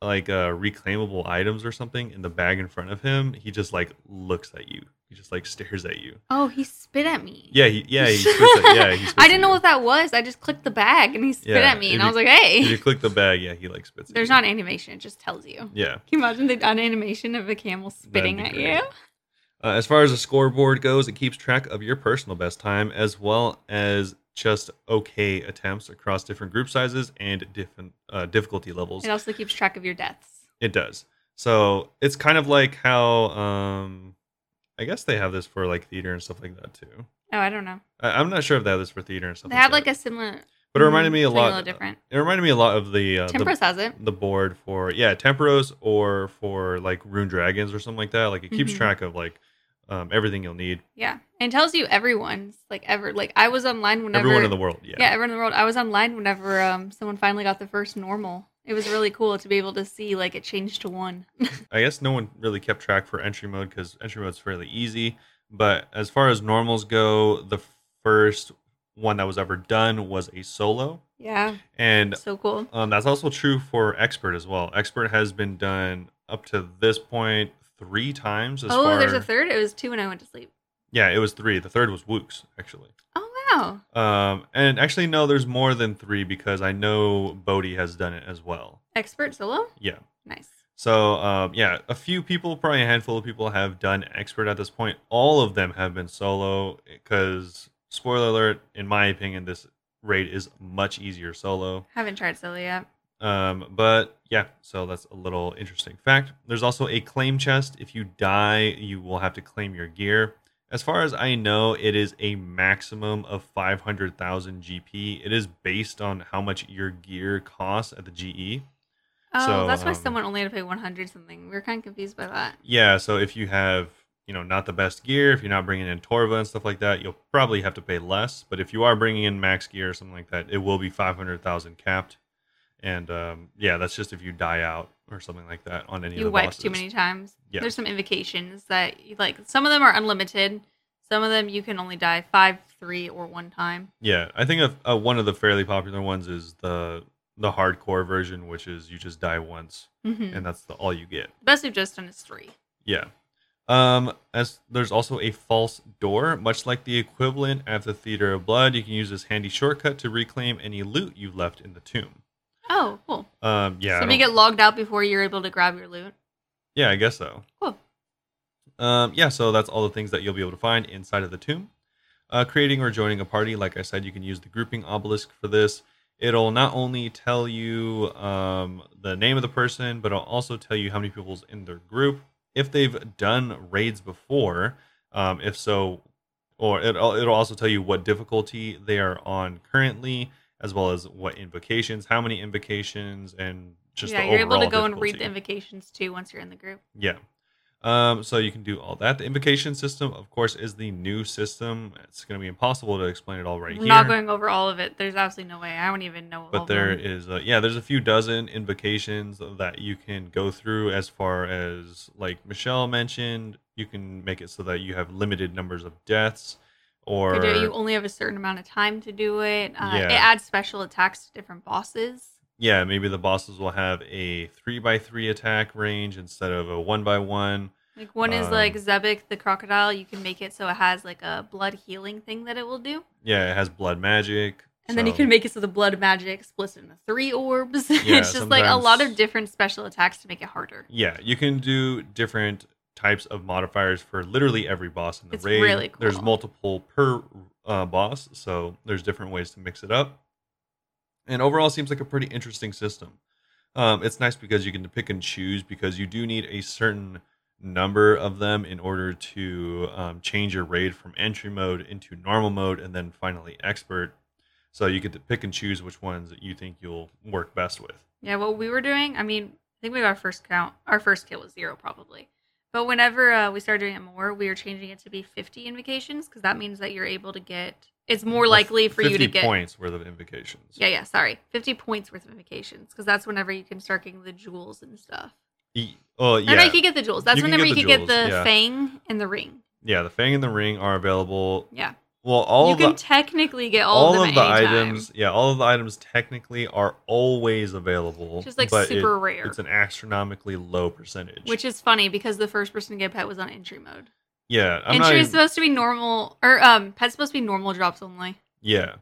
like uh reclaimable items or something in the bag in front of him, he just like looks at you. He just like stares at you. Oh, he spit at me. Yeah, he, yeah, he spits at, yeah. He spits I at didn't know you. what that was. I just clicked the bag and he spit Yeah, at me, if and you- I was like, If you "Hey." click the bag, yeah, he like spits. at There's you. not animation; it just tells you. Yeah. Can you imagine they done animation of a camel spitting be at great. you? Uh, as far as the scoreboard goes, it keeps track of your personal best time as well as just okay attempts across different group sizes and different uh, difficulty levels. It also keeps track of your deaths. It does. So it's kind of like how um, I guess they have this for like theater and stuff like that too. Oh, I don't know. I- I'm not sure if they have this for theater and stuff. They have that. like a similar. mm, but it reminded me a something lot. A little different. It reminded me a lot of the uh, the Temperance has it. the board for yeah temporos or for like rune dragons or something like that like it keeps Mhm. track of like um, everything you'll need. Yeah. And it tells you everyone's like ever like I was online whenever Everyone in the world. Yeah. yeah. everyone in the world. I was online whenever um someone finally got the first normal. It was really cool to be able to see like it changed to one. I guess no one really kept track for entry mode because entry mode's fairly easy. But as far as normals go, the first one that was ever done was a solo. yeah. And So cool. Um, that's also true for expert as well. Expert has been done up to this point three times. As oh, far, there's a third. It was two when I went to sleep. Yeah, it was three. The third was Wooks actually. Oh wow. Um, and actually, no, there's more than three because I know Bodhi has done it as well. Expert solo? Yeah. Nice. So, um, yeah, a few people, probably a handful of people, have done expert at this point. All of them have been solo because, spoiler alert, in my opinion, this raid is much easier solo. Haven't tried solo yet. Um, but yeah, so that's a little interesting fact. There's also a claim chest. If you die, you will have to claim your gear. As far as I know, it is a maximum of 500,000 GP. It is based on how much your gear costs at the E. GE. Oh, So, that's why um, someone only had to pay one hundred something. We were kind of confused by that. Yeah, so if you have, you know, not the best gear, if you're not bringing in Torva and stuff like that, you'll probably have to pay less. But if you are bringing in max gear or something like that, it will be 500,000 capped. And um, yeah, that's just if you die out or something like that on any of you the wipe bosses. too many times. Yeah. There's some invocations that you like some of them are unlimited. Some of them you can only die five, three, or one time. Yeah, I think of, uh, one of the fairly popular ones is the the hardcore version, which is you just die once Mm-hmm. and that's the, all you get. The best we've just done is three. Yeah. Um, as there's also a false door, much like the equivalent at the Theater of Blood, you can use this handy shortcut to reclaim any loot you've left in the tomb. Oh, cool. Um, yeah, I so you don't- get logged out before you're able to grab your loot. yeah, I guess so. Cool. Um, yeah, so that's all the things that you'll be able to find inside of the tomb. Uh, creating or joining a party, like I said, you can use the grouping obelisk for this. It'll not only tell you um, the name of the person, but it'll also tell you how many people's in their group, if they've done raids before, um, if so, or it'll, it'll also tell you what difficulty they are on currently, as well as what invocations, how many invocations, and just yeah, the you're able to overall go and difficulty. read the invocations too once you're in the group. Yeah. Um, so you can do all that. The invocation system, of course, is the new system. It's going to be impossible to explain it all right We're here. not going over all of it. There's absolutely no way. I don't even know. all but of there them. is, uh, yeah, there's a few dozen invocations that you can go through. As far as like Michelle mentioned, you can make it so that you have limited numbers of deaths, or You do- you only have a certain amount of time to do it. Uh, Yeah. It adds special attacks to different bosses. yeah, maybe the bosses will have a three by three attack range instead of a one by one. Like one is like Um, Zebek the crocodile. You can make it so it has like a blood healing thing that it will do, Yeah, it has blood magic, and then you so- can make it so the blood magic splits into three orbs. Yeah, it's just like a lot of sometimes- different special attacks to make it harder. Yeah, you can do different types of modifiers for literally every boss in the It's raid. really cool. There's multiple per uh, boss, so there's different ways to mix it up. And overall, it seems like a pretty interesting system. Um, it's nice because you can pick and choose because you do need a certain number of them in order to um, change your raid from entry mode into normal mode and then finally expert. So you get to pick and choose which ones that you think you'll work best with. Yeah, what we were doing, I mean, I think we got our first count. Our first kill was zero, probably. But whenever uh, we started doing it more, we were changing it to be 50 invocations because that means that you're able to get. It's more Well, likely for you to 50 get. points worth of invocations. Yeah, yeah, sorry. 50 points worth of invocations because that's whenever you can start getting the jewels and stuff. E- Oh No, no, yeah, you can get the jewels. That's You can whenever get you the can get jewels, the yeah. fang and the ring. yeah. The Fang and the Ring are available. Yeah. Well, all you of can the technically get all, all of, of, them the at any items, Time. yeah, all of the items technically are always available. It's Just like but it- super rare. It's an astronomically low percentage. which is funny because the first person to get pet was on entry mode. yeah, I'm not entry even- is supposed to be normal, or um, pet's supposed to be normal drops only. yeah.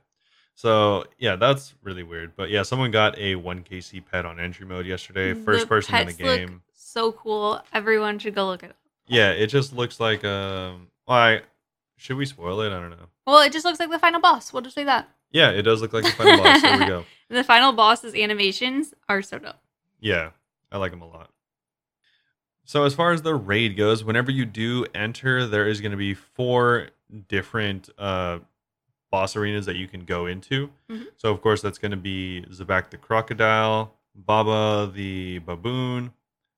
So yeah, that's really weird. But yeah, someone got a 1kc pet on entry mode yesterday. First person in the Mm, pets look game. so cool. Everyone should go look at it. up. yeah, it just looks like um. Why should we spoil it? I don't know. Well, it just looks like the final boss. We'll just say that. Yeah, it does look like the final boss. There we go. The final boss's animations are so dope. Yeah, I like them a lot. So as far as the raid goes, whenever you do enter, there is going to be four different uh, boss arenas that you can go into. Mhm. So of course that's going to be Zabak the crocodile, Baba the baboon,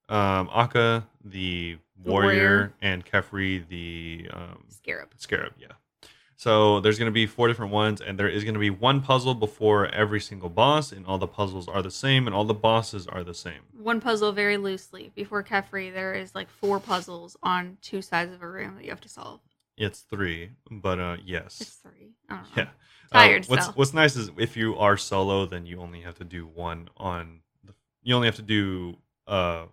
um, Akka the warrior, Warrior. and Kefri the um, Scarab. scarab. Yeah. So there's going to be four different ones, and there is going to be one puzzle before every single boss, and all the puzzles are the same, and all the bosses are the same. One puzzle very loosely. Before Kefri, there is like four puzzles on two sides of a room that you have to solve. It's three, but uh, yes, It's three. I don't know. yeah. Uh, Tired what's self. What's nice is if you are solo, then you only have to do one on. The, you only have to do uh,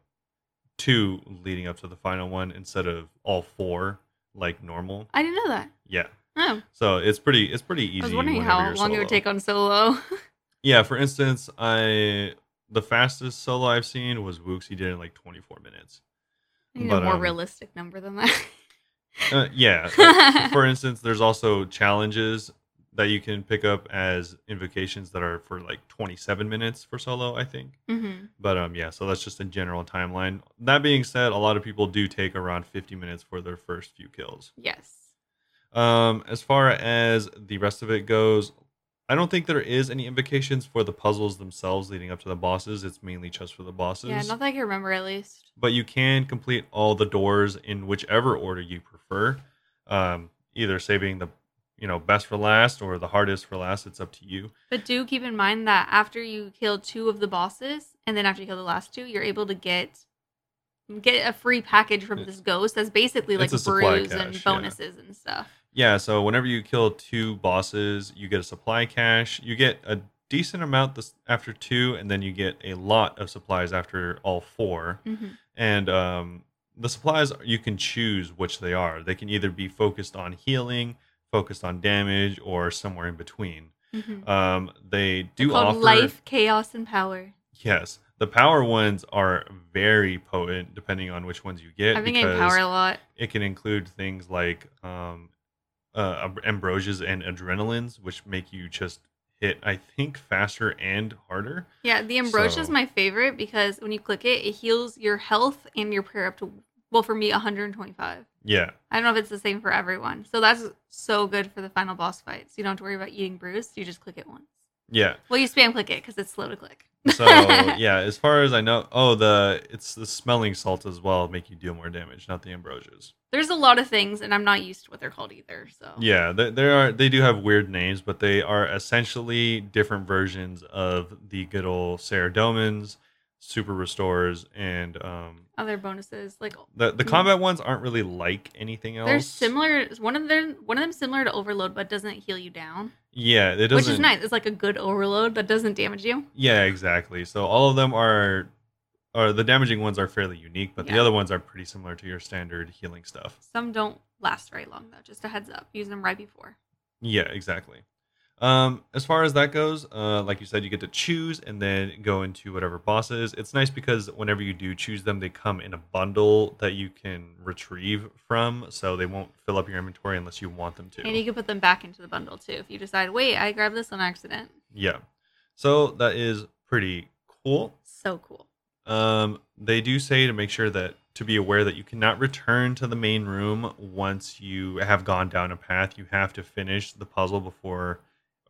two leading up to the final one instead of all four like normal. I didn't know that. Yeah. Oh, So it's pretty. It's pretty easy. I was wondering whenever how you're long it would solo. take on solo. Yeah, for instance, I the fastest solo I've seen was Wooks. He did it in like 24 minutes. I need But, a more um, realistic number than that. Uh, yeah. uh, for instance, there's also challenges that you can pick up as invocations that are for like 27 minutes for solo, I think. hmm But um, yeah. So that's just a general timeline. That being said, a lot of people do take around 50 minutes for their first few kills. Yes. Um, as far as the rest of it goes, I don't think there is any invocations for the puzzles themselves leading up to the bosses. It's mainly just for the bosses. Yeah, not that I can remember at least. but you can complete all the doors in whichever order you prefer. Um, either saving the you know best for last or the hardest for last. It's up to you. But do keep in mind that after you kill two of the bosses, and then after you kill the last two, you're able to get get a free package from this ghost. That's basically like It's a supply brews and cache, yeah. bonuses and stuff. Yeah. So whenever you kill two bosses, you get a supply cache. You get a decent amount this, after two, and then you get a lot of supplies after all four. hmm and um, the supplies you can choose which they are. They can either be focused on healing, focused on damage, or somewhere in between. hmm Um, they do called offer life, chaos, and power. Yes, the power ones are very potent, depending on which ones you get, I've been getting because power a lot. it can include things like um, uh, ab- ambrosias and adrenalines, which make you just hit, I think, faster and harder. Yeah, the ambrosia is So- my favorite because when you click it, it heals your health and your prayer up to well for me 125. Yeah, I don't know if it's the same for everyone. So that's so good for the final boss fights. You don't have to worry about eating brews. You just click it once. yeah. Well, you spam click it because it's slow to click. So yeah, as far as I know, oh the it's the smelling salts as well make you deal more damage, not the ambrosias. There's a lot of things, and I'm not used to what they're called either. So Yeah, they, they are they do have weird names, but they are essentially different versions of the good old Ceradomans, Super Restores, and um other bonuses like the the combat ones aren't really like anything else. Hmm. they're similar. One of them, one of them, similar to overload, but doesn't heal you down, Yeah, it doesn't. which is nice. It's like a good overload that doesn't damage you. Yeah, exactly. So all of them are. Or the damaging ones are fairly unique, but the Yeah. other ones are pretty similar to your standard healing stuff. Some don't last very long though. Just a heads up, use them right before. Yeah, exactly. Um, as far as that goes, uh, like you said, you get to choose and then go into whatever bosses. It's nice because whenever you do choose them, they come in a bundle that you can retrieve from, so they won't fill up your inventory unless you want them to. And you can put them back into the bundle too if you decide. Wait, I grabbed this on accident. yeah, so that is pretty cool. So cool. Um, they do say to make sure that to be aware that you cannot return to the main room once you have gone down a path. You have to finish the puzzle before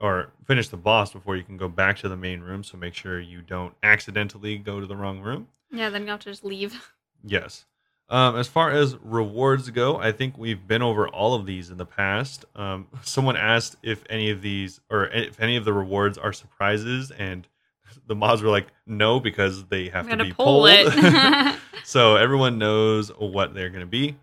or finish the boss before you can go back to the main room. So make sure you don't accidentally go to the wrong room. Yeah, then you have to just leave. Yes. Um, as far as rewards go, I think we've been over all of these in the past. Um, someone asked if any of these or if any of the rewards are surprises, and the mods were like, "No, because they have I'm to gonna be pull polled." it. so everyone knows what they're going to be.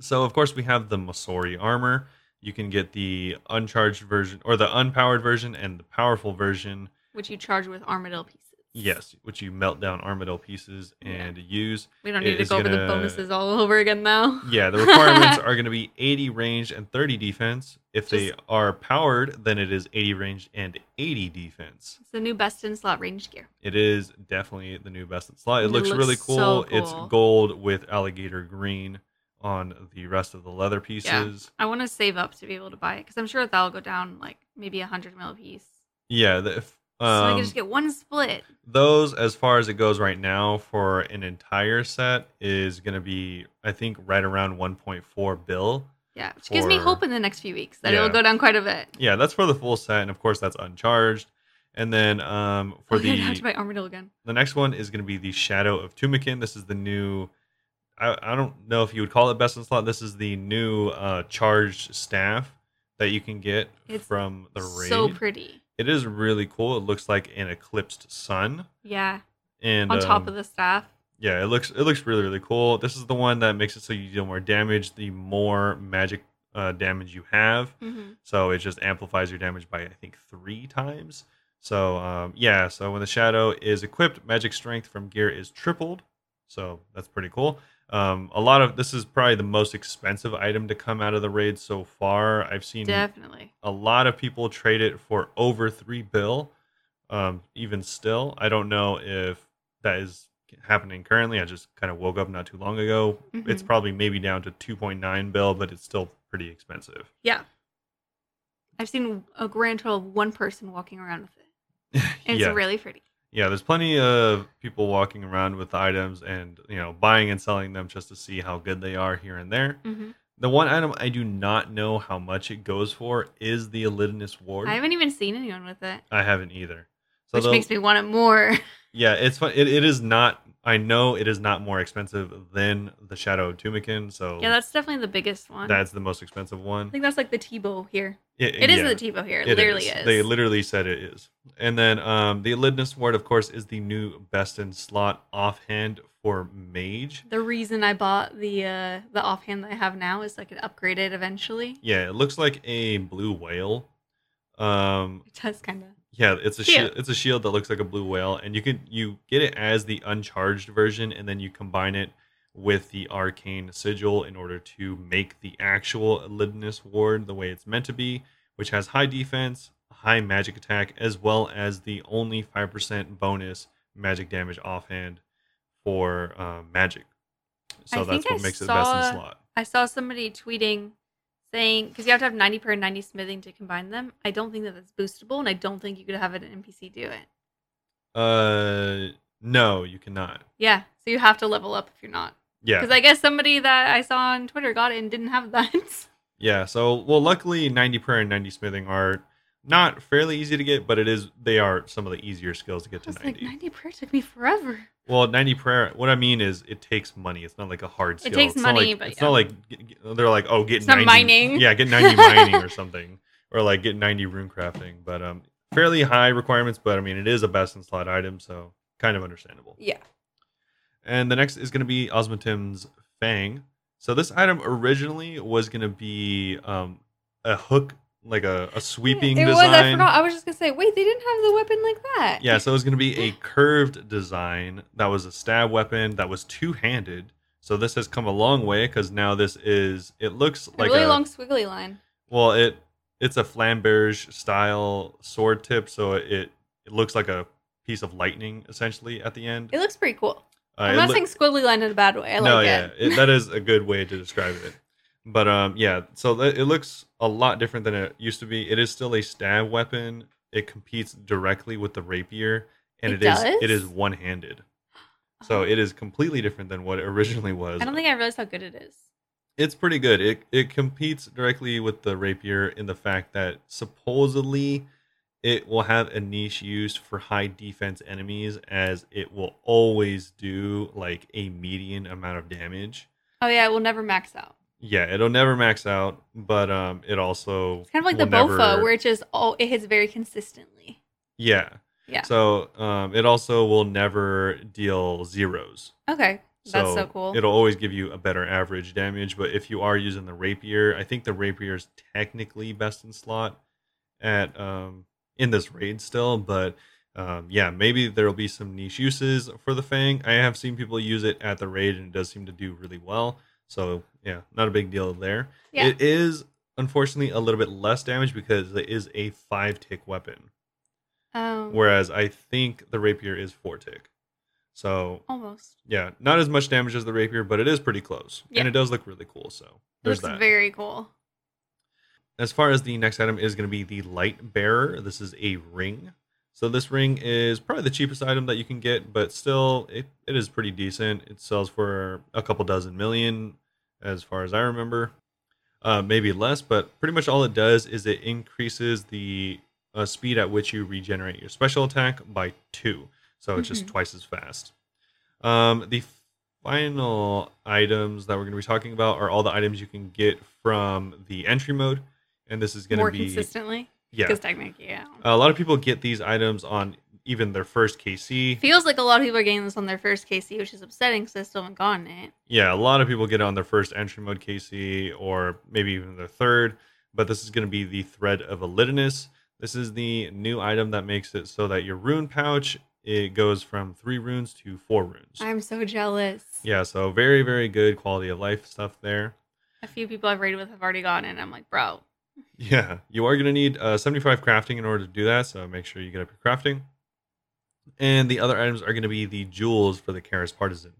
So of course we have the Masori armor. You can get the uncharged version or the unpowered version and the powerful version. which you charge with armadillo pieces. Yes, which you melt down armadillo pieces and use. We don't It need to is go over the gonna- bonuses all over again though. Yeah, the requirements are going to be 80 range and 30 defense. If they Just- are powered, then it is 80 range and 80 defense. It's the new best in slot range gear. It is definitely the new best in slot. It, It looks, looks really cool. so It's cool. gold with alligator green on the rest of the leather pieces. I want to save up to be able to buy it because I'm sure that'll go down like maybe a hundred mil a piece. Yeah, the, if, so I um, can just get one split. those as far as it goes right now for an entire set is going to be, I think, right around 1.4 bill. Yeah, which gives me for- hope in the next few weeks that it'll Yeah. go down quite a bit. Yeah, that's for the full set, and of course that's uncharged. And then um, for oh, yeah, I have the to buy armadillo again. the next one is going to be the Shadow of Tumakin. This is the new. I, I don't know if you would call it best in slot. This is the new uh, charged staff that you can get It's from the raid. So pretty. It is really cool. It looks like an eclipsed sun, Yeah. and On top um, of the staff. yeah, it looks it looks really really cool. This is the one that makes it so you deal more damage the more magic uh, damage you have. hmm So it just amplifies your damage by I think three times. So um, yeah, so when the shadow is equipped, magic strength from gear is tripled. So that's pretty cool. Um, a lot of this is probably the most expensive item to come out of the raid so far. I've seen Definitely. a lot of people trade it for over three bill. Um, even still, I don't know if that is happening currently. I just kind of woke up not too long ago. It's Mhm. probably maybe down to two point nine bill, but it's still pretty expensive. Yeah. I've seen a grand total of one person walking around with it. And yeah. it's really pretty. Yeah, there's plenty of people walking around with items and you know buying and selling them just to see how good they are here and there. hmm The one item I do not know how much it goes for is the Elidinus Ward. I haven't even seen anyone with it, I haven't either. So which the- makes me want it more. yeah, it's fun. It, it is not. I know it is not more expensive than the Shadow of Tumakin. So yeah, that's definitely the biggest one. that's the most expensive I one. think that's like the Tebow here. It, It is yeah. the Tebow here. It, It literally is. They literally said it is. And then um, the Elidinus Ward, of course, is the new best in slot offhand for Mage. the reason I bought the uh the offhand that I have now is so I could upgrade it eventually. Yeah, it looks like a blue whale. Um, It does kind of. yeah, it's a Cute. shield, it's a shield that looks like a blue whale, and you can you get it as the uncharged version, and then you combine it with the arcane sigil in order to make the actual Elidinus ward the way it's meant to be, which has high defense, high magic attack, as well as the only five percent bonus magic damage offhand for uh, magic. So I that's think what I makes it best in saw- slot. I saw somebody tweeting saying because you have to have 90 per and 90 smithing to combine them. I don't think that that's boostable, and I don't think you could have an NPC do it. Uh, no, you cannot. Yeah, so you have to level up if you're not. Yeah. Because I guess somebody that I saw on Twitter got it and didn't have that. Yeah, so well, luckily, ninety prayer and ninety smithing are not fairly easy to get, but it is they are some of the easier skills to get I to was ninety. like, 90 prayer took me forever. well, ninety prayer. What I mean is, it takes money. It's not like a hard skill. takes it's not money, like, but it's yeah. not like g- g- they're like, oh, get It's not 90, mining. Yeah, get ninety mining or something, or like get ninety rune crafting. But um, fairly high requirements. But I mean, it is a best in slot item, so kind of understandable. Yeah. And the next is going to be Osmotim's Fang. So this item originally was going to be um, a hook, like a, a sweeping it was. design. I forgot. I was just going to say, wait, they didn't have the weapon like that. Yeah, so it was going to be a curved design that was a stab weapon that was two handed. So this has come a long way because now this is. It looks A like really a long squiggly line. well, it it's a flamberge style sword tip, so it it looks like a piece of lightning essentially at the end. It looks pretty cool. Uh, I'm it not loo- saying squiggly line in a bad way. I no, like yeah, it. that is a good way to describe it. But um, yeah, so tha- it looks a lot different than it used to be. It is still a stab weapon. It competes directly with the rapier, and It it is it does? is one handed. So it is completely different than what it originally was. I don't think I realized how good it is. It's pretty good. It it competes directly with the rapier in the fact that supposedly it will have a niche used for high defense enemies, as it will always do like a median amount of damage. Oh yeah, it will never max out. Yeah, it'll never max out, but um, it also It's kind of like the will Bofa, never- where it just all it hits very consistently. yeah, Yeah. So um, it also will never deal zeros. Okay, that's so cool. It'll always give you a better average damage, but if you are using the rapier, I think the rapier is technically best in slot at um in this raid still, but um yeah, maybe there'll be some niche uses for the fang. I have seen people use it at the raid and it does seem to do really well. So, yeah, not a big deal there. Yeah. It is unfortunately a little bit less damage because it is a 5 tick weapon, um, whereas I think the rapier is 4 tick. So, almost. yeah, not as much damage as the rapier, but it is pretty close, Yeah. and it does look really cool. So It there's looks that. very cool. as far as the next item is going to be the light bearer. This is a ring. So this ring is probably the cheapest item that you can get, but still, it, it is pretty decent. It sells for a couple dozen million, as far as I remember, uh, maybe less. But pretty much all it does is it increases the uh, speed at which you regenerate your special attack by two. So it's just Mhm. twice as fast. Um, the final items that we're going to be talking about are all the items you can get from the entry mode, and this is going more to be consistently yeah. because technically, yeah. A lot of people get these items on even their first KC. Feels like a lot of people are getting this on their first KC, which is upsetting because I still haven't gotten it. Yeah, a lot of people get it on their first entry mode KC or maybe even their third, but this is going to be the Thread of Elidinus. This is the new item that makes it so that your rune pouch it goes from three runes to four runes. I'm so jealous. Yeah, so very very good quality of life stuff there. A few people I've raided with have already gotten it. And I'm like, bro, Yeah, you are going to need uh, 75 crafting in order to do that, so make sure you get up your crafting. And the other items are going to be the jewels for the Karis Partisan.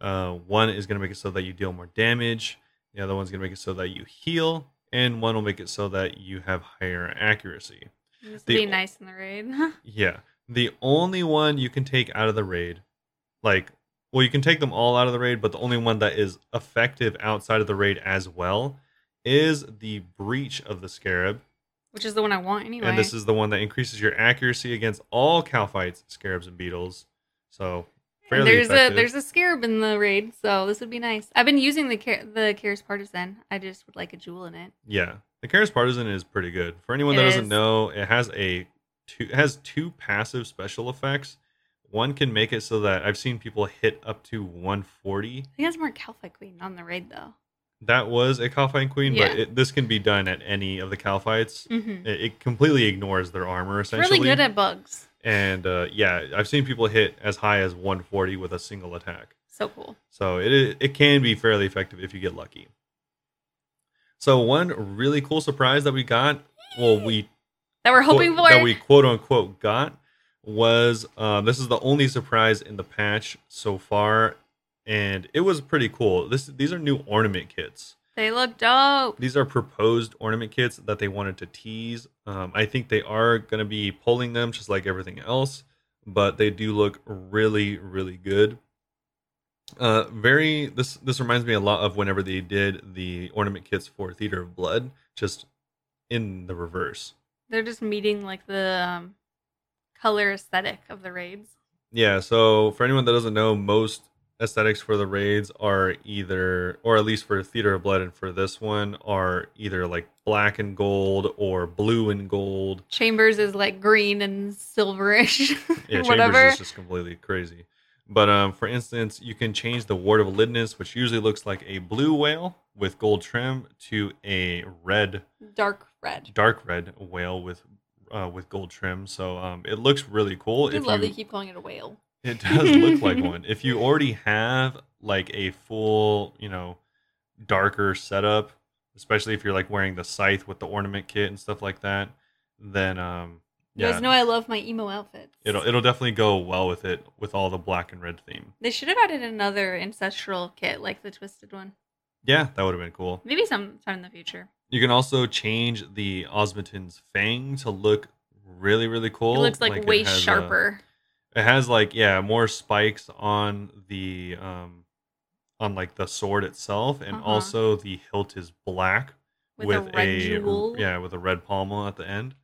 Uh, one is going to make it so that you deal more damage, the other one's going to make it so that you heal, and one will make it so that you have higher accuracy. this The- will be nice in the raid. Yeah, the only one you can take out of the raid, like, well, you can take them all out of the raid, but the only one that is effective outside of the raid as well is the Breach of the Scarab. which is the one I want anyway. And this is the one that increases your accuracy against all calphites, scarabs, and beetles. So And fairly there's effective. a there's a scarab in the raid, so this would be nice. I've been using the Ca- the Karis Partisan. I just would like a jewel in it. yeah, the Karis Partisan is pretty good. For anyone that It doesn't is. know, it has a two it has two passive special effects. One can make it so that I've seen people hit up to 140. I think that's more Calphi Queen on the raid though. That was a calphite queen, but Yeah. it, this can be done at any of the calphites. Mm-hmm. It, it completely ignores their armor essentially. Really good at bugs. and uh, yeah, I've seen people hit as high as 140 with a single attack. So cool. So it it can be fairly effective if you get lucky. So one really cool surprise that we got, well we That we're hoping quote- for. that we quote unquote got was um, this is the only surprise in the patch so far, and it was pretty cool. This these are new ornament kits. they look dope. These are proposed ornament kits that they wanted to tease. Um, I think they are going to be pulling them just like everything else, but they do look really, really good. Uh, very this this reminds me a lot of whenever they did the ornament kits for Theater of Blood, just in the reverse. They're just meeting like the um, color aesthetic of the raids. Yeah, so for anyone that doesn't know, most aesthetics for the raids are either, or at least for Theater of Blood and for this one, are either like black and gold or blue and gold. Chambers is like green and silverish, yeah, whatever. Chambers is just completely crazy. But um, for instance, you can change the Ward of Lidness, which usually looks like a blue whale with gold trim, to a red, Dark red. dark red whale with uh, with gold trim. So um, it looks really cool. I If love you- that you keep calling it a whale. it does look like one. If you already have like a full, you know, darker setup, especially if you're like wearing the scythe with the ornament kit and stuff like that, then um, You yeah, guys know I love my emo outfits. it'll it'll definitely go well with it with all the black and red theme. They should have added another ancestral kit like the twisted one. Yeah, that would have been cool. Maybe sometime in the future. You can also change the Osmoton's fang to look really, really cool. it looks like, it way has a- sharper. it has like yeah, more spikes on the um on like the sword itself, and Uh-huh. also the hilt is black with, a red jewel. mm, yeah with a red pommel at the end.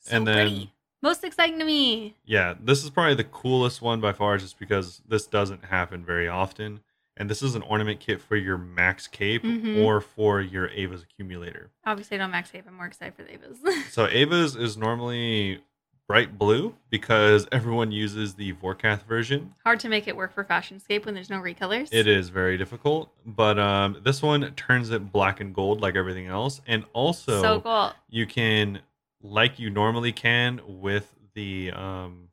So and then- pretty. most exciting to me. Yeah, this is probably the coolest one by far, just because this doesn't happen very often. And this is an ornament kit for your max cape Mhm. or for your Ava's accumulator. Obviously, I don't max save. I'm more excited for the Avas. So Ava's is normally bright blue because everyone uses the Vorkath version. Hard to make it work for Fashionscape when there's no recolors. It is very difficult, but um, this one turns it black and gold like everything else. And also, so cool. you can, like you normally can with the um,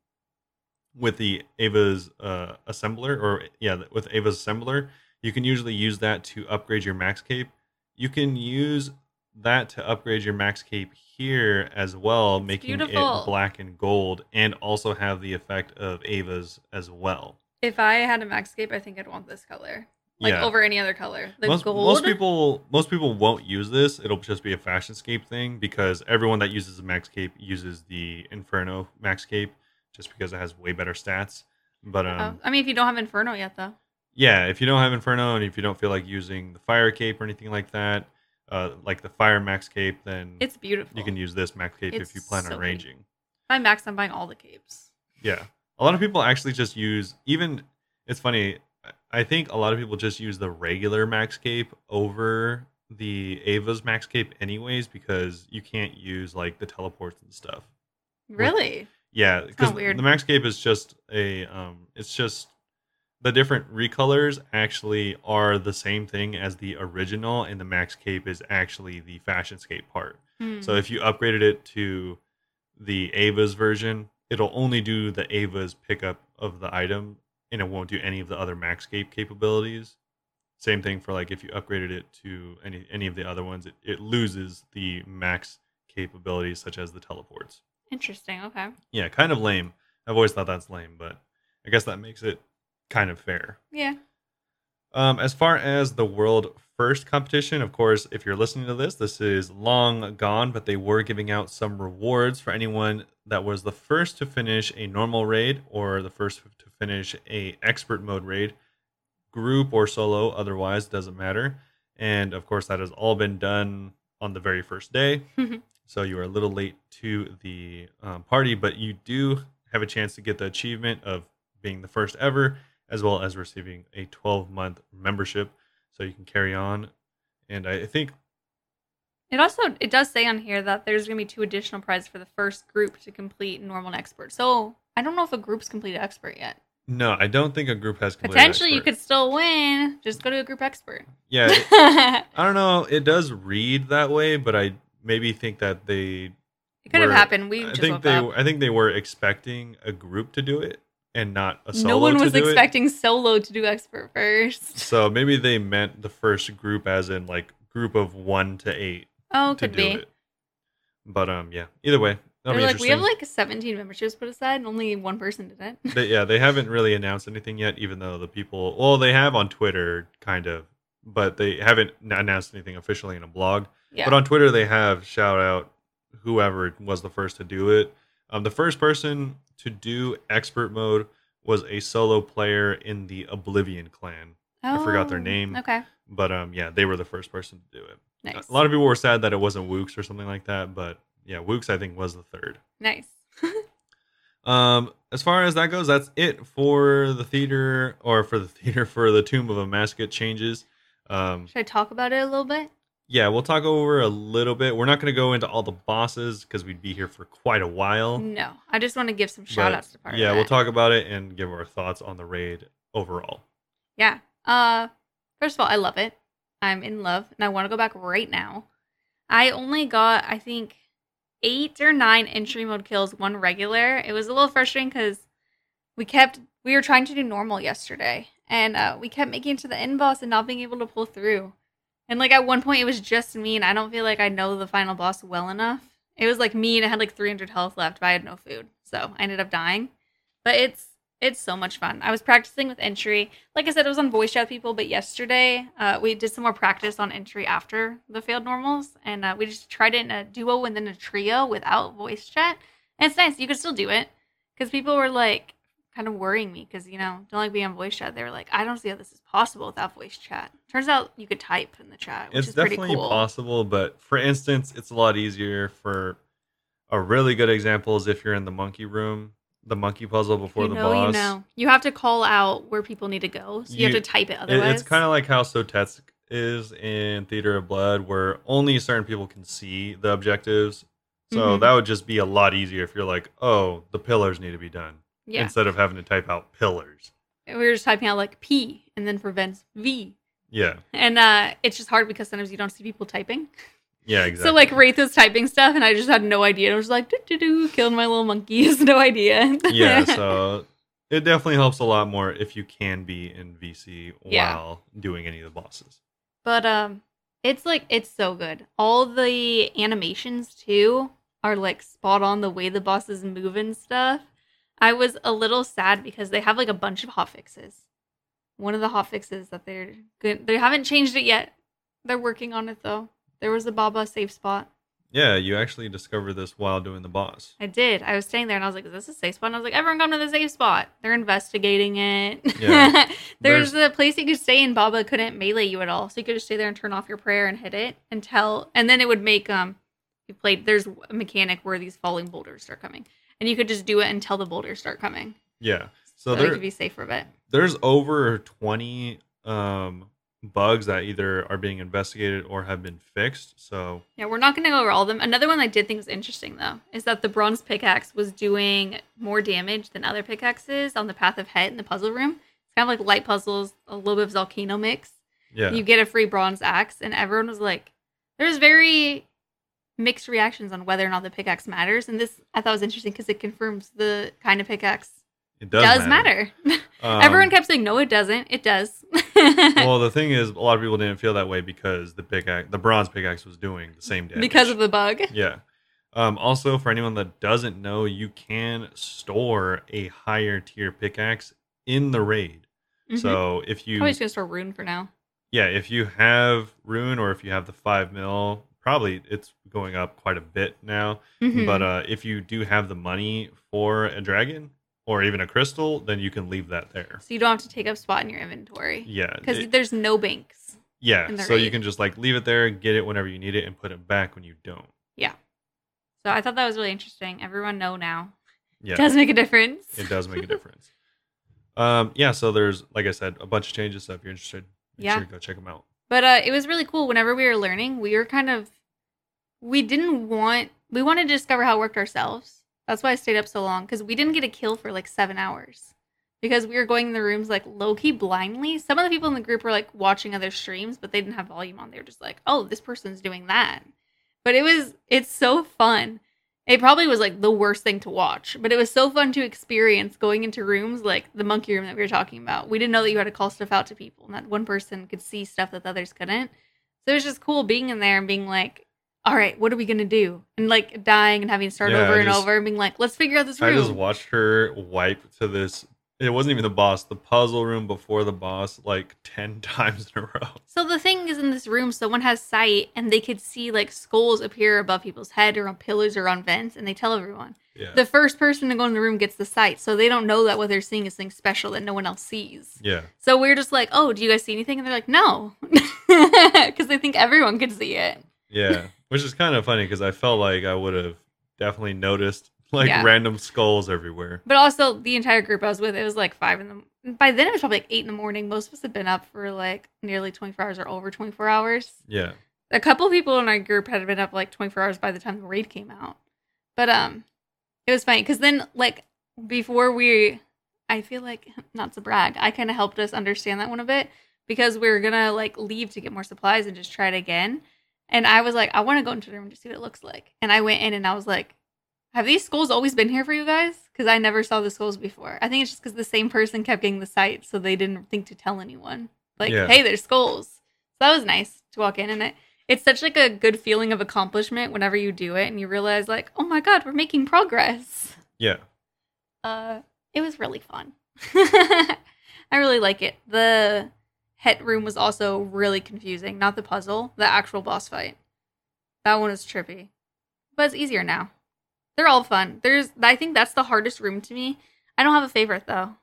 with the Ava's uh, assembler, or yeah, with Ava's assembler, you can usually use that to upgrade your max cape. You can use that to upgrade your max cape here as well, making beautiful. it black and gold, and also have the effect of Ava's as well. If I had a maxscape, I think I'd want this color, like yeah. over any other color. The most, gold. most people most people won't use this. It'll just be a fashion scape thing because everyone that uses a max cape uses the Inferno max cape just because it has way better stats. But um, Oh, I mean, if you don't have Inferno yet, though, yeah, if you don't have Inferno and if you don't feel like using the fire cape or anything like that, uh, like the fire max cape, then it's beautiful. you can use this max cape if It's you plan so on pretty. ranging. If I max, I'm buying all the capes. Yeah. A lot of people actually just use even it's funny I- I think a lot of people just use the regular Maxscape over the Ava's Maxscape anyways because you can't use like the teleports and stuff. Really? Yeah, because weird. the Maxscape is just a um it's just the different recolors actually are the same thing as the original and the Maxscape is actually the fashionscape part. Hmm. So if you upgraded it to the Ava's version, it'll only do the Ava's pickup of the item and it won't do any of the other Maxscape capabilities. Same thing for like if you upgraded it to any any of the other ones, it, it loses the max capabilities such as the teleports. Interesting. Okay. Yeah, kind of lame. I've always thought that's lame, but I guess that makes it kind of fair. Yeah. Um, as far as the world first competition, of course, if you're listening to this, this is long gone, but they were giving out some rewards for anyone that was the first to finish a normal raid or the first to finish a expert mode raid, group or solo, otherwise doesn't matter. And of course, that has all been done on the very first day. so you are a little late to the um, party, but you do have a chance to get the achievement of being the first ever as well as receiving a 12 month membership so you can carry on and i think It also it does say on here that there's gonna be two additional prizes for the first group to complete normal and expert. So I don't know if a group's completed expert yet. no i don't think a group has completed Potentially, you expert. could still win. Just go to a group expert. yeah it- it i don't know it does read that way but i maybe think that they could have We're- happened. We i just think woke they up. i think they were expecting a group to do it and not a solo no one was to do it. expecting solo to do expert first. so maybe they meant the first group as in like group of 1 to 8 Oh, to could do be. it but um yeah either way that'll They're be like, we have interesting. like 17 memberships put aside, and only one person did it. they, yeah, they haven't really announced anything yet, even though the people, well, they have on Twitter, kind of, but they haven't n- announced anything officially in a blog. yeah. But on Twitter, they have shout out whoever was the first to do it. Um, the first person to do expert mode was a solo player in the Oblivion clan. I forgot their Oh, name. Okay. But um, yeah, they were the first person to do it. Nice. A lot of people were sad that it wasn't Wooks or something like that, but yeah, Wooks, I think, was the third. nice. Um, as far as that goes, that's it for the theater or for the theater for the Tomb of a Mascot changes. Um, Should I talk about it a little bit? yeah, we'll talk over a little bit. We're not going to go into all the bosses because we'd be here for quite a while. No. I just want to give some but Mm, shout outs to part of yeah, we'll that. talk about it and give our thoughts on the raid overall. Yeah. Uh first of all, I love it. I'm in love and I want to go back right now. I only got I think 8 or 9 entry mode kills, one regular. It was a little frustrating cuz we kept we were trying to do normal yesterday and uh, we kept making it to the end boss and not being able to pull through. And like at one point it was just me and I don't feel like I know the final boss well enough. It was like me and I had like 300 health left, but I had no food. So I ended up dying. But it's it's so much fun. I was practicing with entry. Like I said, it was on voice chat with people, but yesterday uh, we did some more practice on entry after the failed normals, and uh, we just tried it in a duo and then a trio without voice chat. And it's nice. You could still do it because people were like kind of worrying me because you know don't like being on voice chat. They were like, I don't see how this is possible without voice chat. Turns out you could type in the chat, which it's is pretty definitely cool. possible but for instance it's a lot easier for a really good example is if you're in the monkey room the monkey puzzle before you the know, boss you know, you have to call out where people need to go, so you, You- have to type it. It- Otherwise, It's kind of like how Sotetsk is in Theater of Blood, where only certain people can see the objectives. So Mhm. that would just be a lot easier if you're like, oh, the pillars need to be done yeah. instead of having to type out pillars. we were just typing out like P and then prevents V. Yeah, And uh, it's just hard because sometimes you don't see people typing. yeah, exactly. So like Wraith was typing stuff and I just had no idea. And I was like, doo doo doo, killing my little monkeys, no idea. yeah, so it definitely helps a lot more if you can be in VC while Yeah. doing any of the bosses. But um it's like it's so good. All the animations too are like spot on the way the bosses move and stuff. I was a little sad because they have like a bunch of hot fixes. One of the hot fixes that they're good they haven't changed it yet. They're working on it though. There was a Baba safe spot. Yeah, you actually discover this while doing the boss. I did. I was staying there and I was like, is this a safe spot? And I was like, everyone come to the safe spot. They're investigating it. Yeah. There's, a place you could stay and Baba couldn't melee you at all. So you could just stay there and turn off your prayer and hit it and tell and then it would make um you played there's a mechanic where these falling boulders start coming. And you could just do it until the boulders start coming. Yeah. So, So they there, could be safe for a bit. there's over 20 um, bugs that either are being investigated or have been fixed. So Yeah, we're not going to go over all of them. Another one I did think was interesting, though, is that the bronze pickaxe was doing more damage than other pickaxes on the path of Het in the puzzle room. It's kind of like light puzzles, a little bit of Volcano mix. yeah, You get a free bronze axe, and everyone was like, there's very mixed reactions on whether or not the pickaxe matters. And this I thought was interesting because it confirms the kind of pickaxe it does, does, matter. Um, everyone kept saying, no, it doesn't. It does. well, the thing is, a lot of people didn't feel that way because the pickaxe, the bronze pickaxe, was doing the same damage because of the bug. Yeah. Um, also, for anyone that doesn't know, you can store a higher tier pickaxe in the raid. Mhm. So if you, Probably just going to store Rune for now. yeah, if you have rune or if you have the five mil, probably it's going up quite a bit now. Mhm. But uh, if you do have the money for a dragon or even a crystal, then you can leave that there. so you don't have to take up spot in your inventory Yeah, because it- there's no banks. yeah. in the So you raid. can just like leave it there, get it whenever you need it, and put it back when you don't. So I thought that was really interesting. Everyone know now. Yeah. Does make a difference. it does make a difference. Um, yeah, so there's like I said, a bunch of changes. So if you're interested, make Yeah. sure to go check them out. But uh, it was really cool. Whenever we were learning, we were kind of we didn't want we wanted to discover how it worked ourselves. That's why I stayed up so long because we didn't get a kill for like seven hours because we were going in the rooms like low key blindly. Some of the people in the group were like watching other streams, but they didn't have volume on. They were just like, "Oh, this person's doing that." But it was it's so fun. It probably was like the worst thing to watch, but it was so fun to experience going into rooms like the monkey room that we were talking about. We didn't know that you had to call stuff out to people and that one person could see stuff that the others couldn't. So it was just cool being in there and being like, all right, what are we going to do? And like dying and having to start Yeah, I over and just- over and being like, let's figure out this I room. just watched her wipe to this. It wasn't even the boss, the puzzle room before the boss, like ten times in a row. So the thing is, in this room, someone has sight and they could see like skulls appear above people's head or on pillars or on vents, and they tell everyone. Yeah, The first person to go in the room gets the sight, so they don't know that what they're seeing is something special that no one else sees. yeah, So we're just like, oh, do you guys see anything? And they're like, no, because they think everyone could see it. yeah. Which is kind of funny because I felt like I would have definitely noticed like Yeah. random skulls everywhere. But also, the entire group I was with, it was like five in the. By then, it was probably like eight in the morning. Most of us had been up for like nearly twenty four hours or over twenty four hours. Yeah, a couple people in our group had been up like 24 hours by the time the raid came out but um it was funny because then like before we i feel like not to brag i kind of helped us understand that one a bit because we were gonna like leave to get more supplies and just try it again and i was like i want to go into the room to see what it looks like and i went in and i was like have these skulls always been here for you guys because i never saw the skulls before i think it's just because the same person kept getting the sight so they didn't think to tell anyone like Yeah. hey there's skulls so that was nice to walk in and it it's such like a good feeling of accomplishment whenever you do it and you realize like oh my god we're making progress yeah. uh it was really fun i really like it the het room was also really confusing not the puzzle the actual boss fight that one is trippy but it's easier now they're all fun there's i think that's the hardest room to me i don't have a favorite though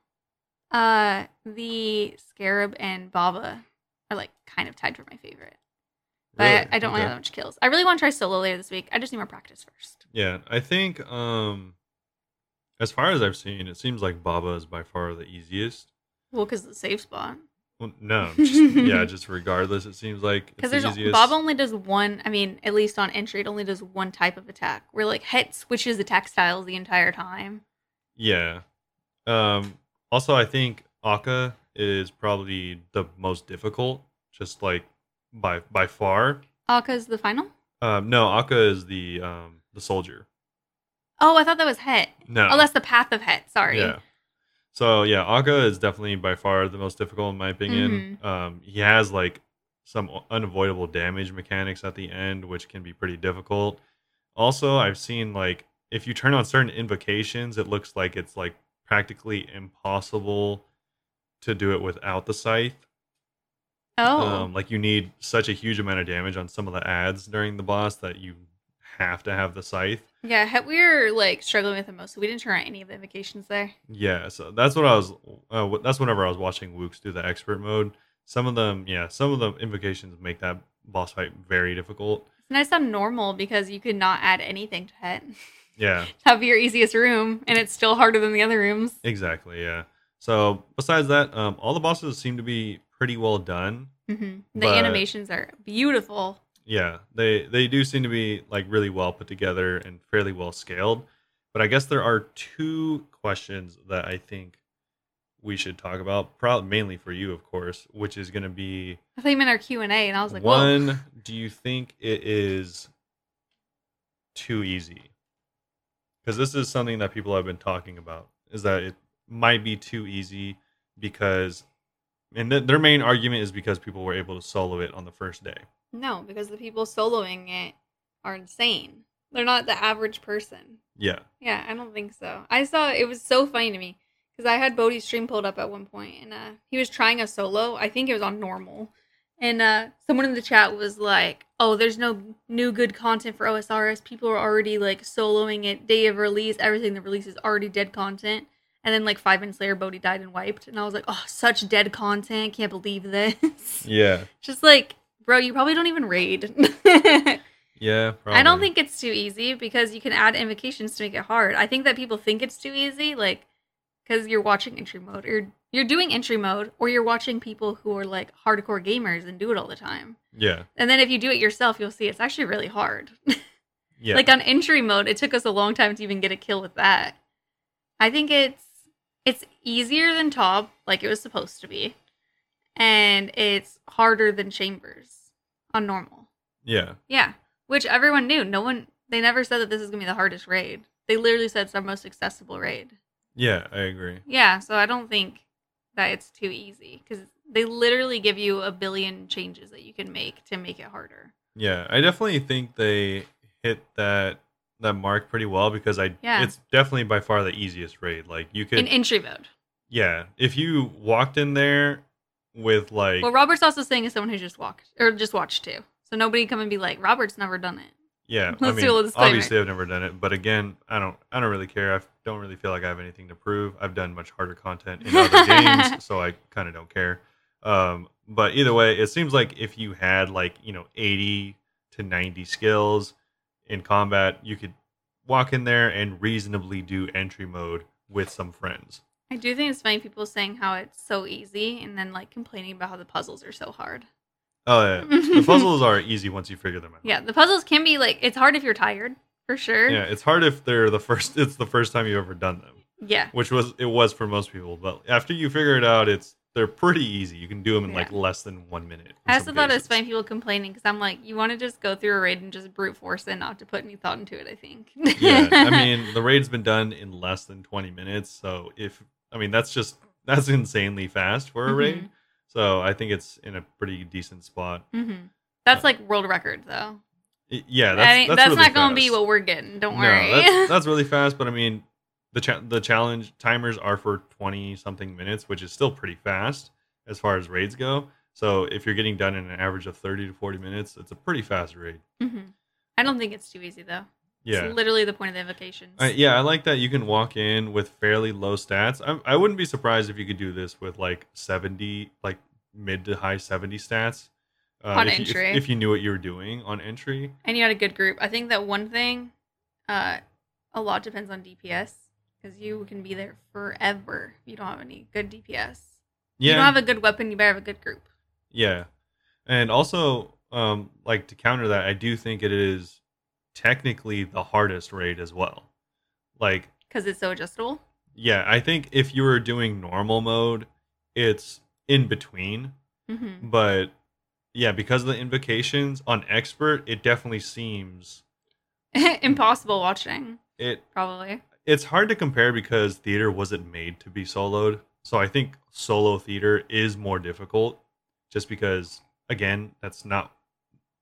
uh the scarab and baba are like kind of tied for my favorite but Really? I don't Okay. want that much kills. I really want to try solo later this week. I just need more practice first. Yeah, I think um, as far as I've seen, it seems like Baba is by far the easiest. Well, because the safe spot. Well, no, just, yeah, just regardless. It seems like Because it's there's the easiest. Bob only does one. I mean, at least on entry, it only does one type of attack. Where like Het switches attack styles the entire time. yeah. Um. Also, I think Akka is probably the most difficult, just like by by far. Aka's Oh, the final. Um. No, Akka is the um the soldier. Oh, I thought that was Het. No. Oh, that's the path of Het. Sorry. Yeah. So yeah, Akka is definitely by far the most difficult in my opinion. Mm-hmm. Um, he has like some unavoidable damage mechanics at the end, which can be pretty difficult. Also, I've seen like if you turn on certain invocations, it looks like it's like practically impossible to do it without the scythe. Oh. Um, like you need such a huge amount of damage on some of the ads during the boss that you have to have the scythe. yeah, Het we were like struggling with the most, so we didn't turn on any of the invocations there. Yeah, so that's what I was. Uh, wh- that's whenever I was watching Wooks do the expert mode. Some of them, yeah, some of the invocations make that boss fight very difficult. It's nice on normal because you could not add anything to Het. Yeah, That'd be your easiest room, and it's still harder than the other rooms. exactly. Yeah. So besides that, um, all the bosses seem to be pretty well done. Mhm. The But- animations are beautiful. Yeah, they they do seem to be like really well put together and fairly well scaled. But I guess there are two questions that I think we should talk about, probably mainly for you, of course, which is going to be I thought you meant our Q and A, and I was like, "Whoa." one: Do you think it is too easy? Because this is something that people have been talking about: is that it might be too easy because, and th- their main argument is because people were able to solo it on the first day. No, because the people soloing it are insane. They're not the average person. Yeah. Yeah, I don't think so. I saw it was so funny to me because I had Bodhi's stream pulled up at one point, and uh, he was trying a solo. I think it was on normal, and uh, someone in the chat was like, "Oh, there's no new good content for OSRS. People are already like soloing it day of release. Everything that releases already dead content." And then like five minutes later, Bodhi died and wiped, and I was like, "Oh, such dead content! Can't believe this." Yeah. Just like, bro, you probably don't even raid. Yeah. Probably. I don't think it's too easy because you can add invocations to make it hard. I think that people think it's too easy, like because you're watching entry mode, or you're doing entry mode, or you're watching people who are like hardcore gamers and do it all the time. Yeah. And then if you do it yourself, you'll see it's actually really hard. Yeah. like on entry mode, it took us a long time to even get a kill with that. I think it's it's easier than top, like it was supposed to be, and it's harder than chambers on normal. yeah. Yeah, which everyone knew. No one, they never said that this is gonna be the hardest raid. They literally said it's our most accessible raid. Yeah. I agree. Yeah, so I don't think that it's too easy because they literally give you a billion changes that you can make to make it harder. Yeah. I definitely think they hit that that mark pretty well because I Yeah. it's definitely by far the easiest raid. Like you could In entry mode. yeah. If you walked in there with like What Robert's also saying is someone who just walked or just watched too. So nobody come and be like, Robert's never done it. yeah, I mean let's do a little disclaimer. obviously I've never done it, but again, I don't I don't really care. I don't really feel like I have anything to prove. I've done much harder content in other games, so I kind of don't care. Um, but either way, it seems like if you had like you know eighty to ninety skills in combat, you could walk in there and reasonably do entry mode with some friends. I do think it's funny people saying how it's so easy and then like complaining about how the puzzles are so hard. Oh yeah, the puzzles are easy once you figure them out. yeah, the puzzles can be like it's hard if you're tired, for sure. yeah. It's hard if they're the first. It's the first time you've ever done them. yeah. which was it was for most people. But after you figure it out, it's they're pretty easy. You can do them in like less than one minute. in I also some thought it was cases. funny people complaining because I'm like, you want to just go through a raid and just brute force it, not to put any thought into it. I think. yeah, I mean the raid's been done in less than twenty minutes, so if I mean that's just that's insanely fast for a Mm-hmm. raid. So I think it's in a pretty decent spot. hmm that's like world record though. I- yeah, that's That's, I mean, that's, really not going to be fast. what we're getting. Don't no, worry. That's, that's really fast, but I mean, the cha- the challenge timers are for twenty something minutes, which is still pretty fast as far as raids go. So if you're getting done in an average of thirty to forty minutes, it's a pretty fast raid. Mhm. I don't think it's too easy though. Yeah, It's literally the point of the invocations. I, yeah, I like that you can walk in with fairly low stats. I, I wouldn't be surprised if you could do this with like seventy, like mid to high seventy stats. Uh, On if you- if- entry. if you knew what you were doing on entry, and you had a good group. I think that one thing, uh, a lot depends on DPS because you can be there forever. if You don't have any good DPS. yeah, You don't have a good weapon. You better have a good group. Yeah. And also, um, like to counter that, I do think it is technically the hardest raid as well. Like, Because it's so adjustable. yeah, I think if you were doing normal mode, it's in between. hmm Mm-hmm. But yeah, because of the invocations on expert, it definitely seems Impossible watching, it probably. it's hard to compare because theater wasn't made to be soloed. So I think solo theater is more difficult just because again, that's not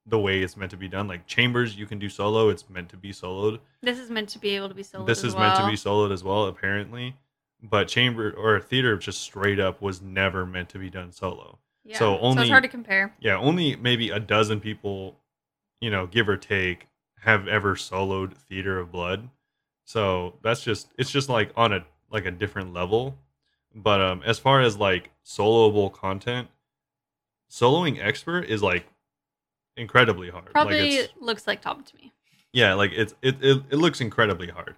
the way it's meant to be done. Like chambers you can do solo, it's meant to be soloed. This is meant to be able to be soloed. this as is meant to well. be soloed as well apparently. But chamber or theater just straight up was never meant to be done solo. Yeah. so so only- it's hard to compare. Yeah, only maybe a dozen people, you know, give or take, have ever soloed Theater of Blood. So that's just it's just like on a like a different level. But um as far as like soloable content, soloing expert is like incredibly hard. like Probably it's, looks like top to me. yeah, like it's it, it it looks incredibly hard.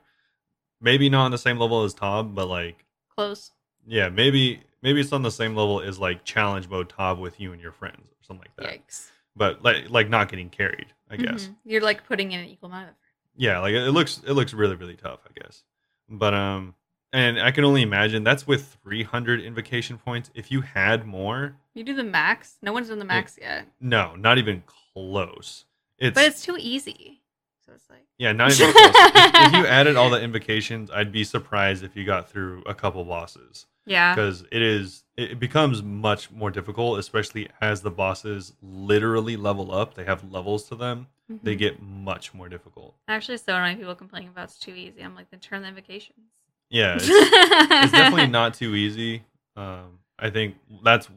Maybe not on the same level as Tom, but like Close. yeah, maybe maybe it's on the same level as like challenge mode Tav with you and your friends or something like that. Yikes. But like like not getting carried, I guess. Mhm. You're like putting in an equal amount of yeah like it looks it looks really really tough i guess but um and i can only imagine that's with 300 invocation points if you had more You do the max. No one's done the max yet. no not even close it's, But it's too easy. So it's like yeah not even close if, if you added all the invocations i'd be surprised if you got through a couple bosses Yeah. because it is it it becomes much more difficult especially as the bosses literally level up they have levels to them they Mhm. get much more difficult Actually so many people complaining about it's too easy. I'm like, then turn the invocations. yeah it's- it's definitely not too easy. Um, I think that's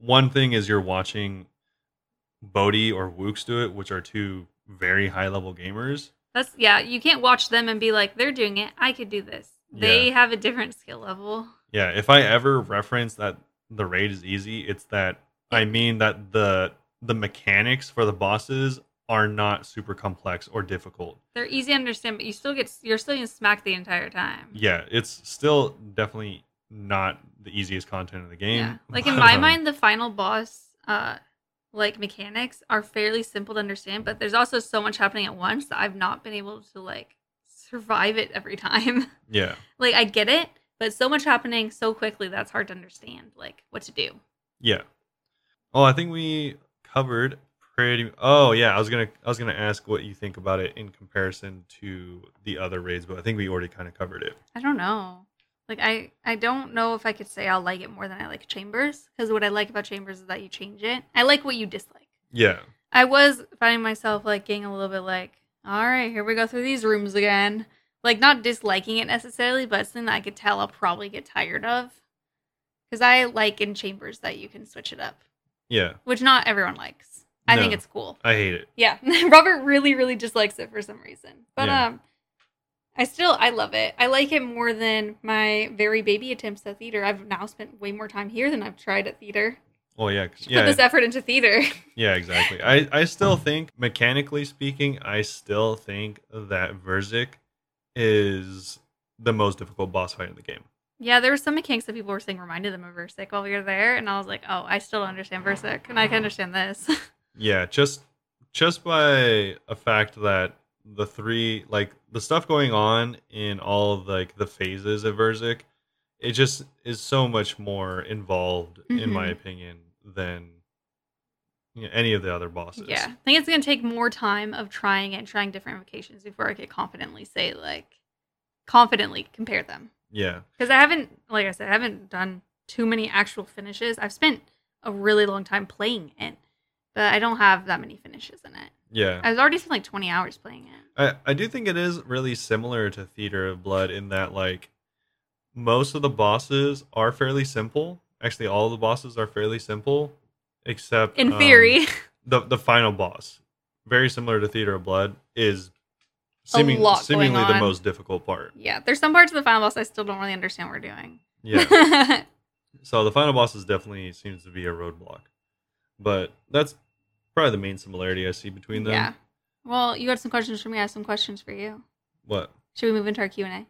one thing is you're watching Bodhi or Wooks do it, which are two very high level gamers. That's yeah, you can't watch them and be like, they're doing it, I could do this. They have a different skill level. Yeah, if I ever reference that the raid is easy, it's that I mean that the the mechanics for the bosses are not super complex or difficult. They're easy to understand, but you still get you're still getting smacked the entire time. Yeah, it's still definitely not the easiest content in the game. Yeah. Like in but, my um, mind, the final boss, uh, like mechanics are fairly simple to understand, but there's also so much happening at once that I've not been able to like survive it every time. yeah. like I get it, but so much happening so quickly that's hard to understand. Like what to do. Yeah. Oh, I think we covered pretty. Oh, yeah. I was gonna I was gonna ask what you think about it in comparison to the other raids, but I think we already kind of covered it. I don't know. Like I, I don't know if I could say I'll like it more than I like Chambers because what I like about Chambers is that you change it. I like what you dislike. Yeah. I was finding myself like getting a little bit like, all right, here we go through these rooms again. Like not disliking it necessarily, but something that I could tell I'll probably get tired of. Because I like in chambers that you can switch it up, Yeah. which not everyone likes. I think No. it's cool. I hate it. Yeah, Robert really, really dislikes it for some reason. But Yeah. um, I still I love it. I like it more than my very baby attempts at theater. I've now spent way more time here than I've tried at theater. Oh yeah. 'cause- Put Yeah. this Mm. effort into theater. Yeah. Exactly. I I still think mechanically speaking, I still think that Verzik is the most difficult boss fight in the game. Yeah, there were some mechanics that people were saying reminded them of Versic while we were there, and I was like, oh, I still don't understand Versic, and I can understand this. Yeah, just just by a fact that the three like the stuff going on in all of, like the phases of Verzik, it just is so much more involved in my Mhm. opinion than you know, any of the other bosses. yeah, I think it's gonna take more time of trying and trying different invocations before I could confidently say like, confidently compare them. Yeah. Because I haven't, like I said, I haven't done too many actual finishes. I've spent a really long time playing it, but I don't have that many finishes in it. Yeah. I've already spent like 20 hours playing it. I, I do think it is really similar to Theater of Blood in that like most of the bosses are fairly simple. Actually all the bosses are fairly simple except In um, theory, the the final boss, very similar to Theater of Blood, is seeming, lot going seemingly the on. most difficult part. yeah, there's some parts of the final boss I still don't really understand what we're doing. Yeah. so the final boss is definitely seems to be a roadblock, but that's probably the main similarity I see between them. Yeah. Well, you had some questions for me. I have some questions for you. What? Should we move into our Q and A?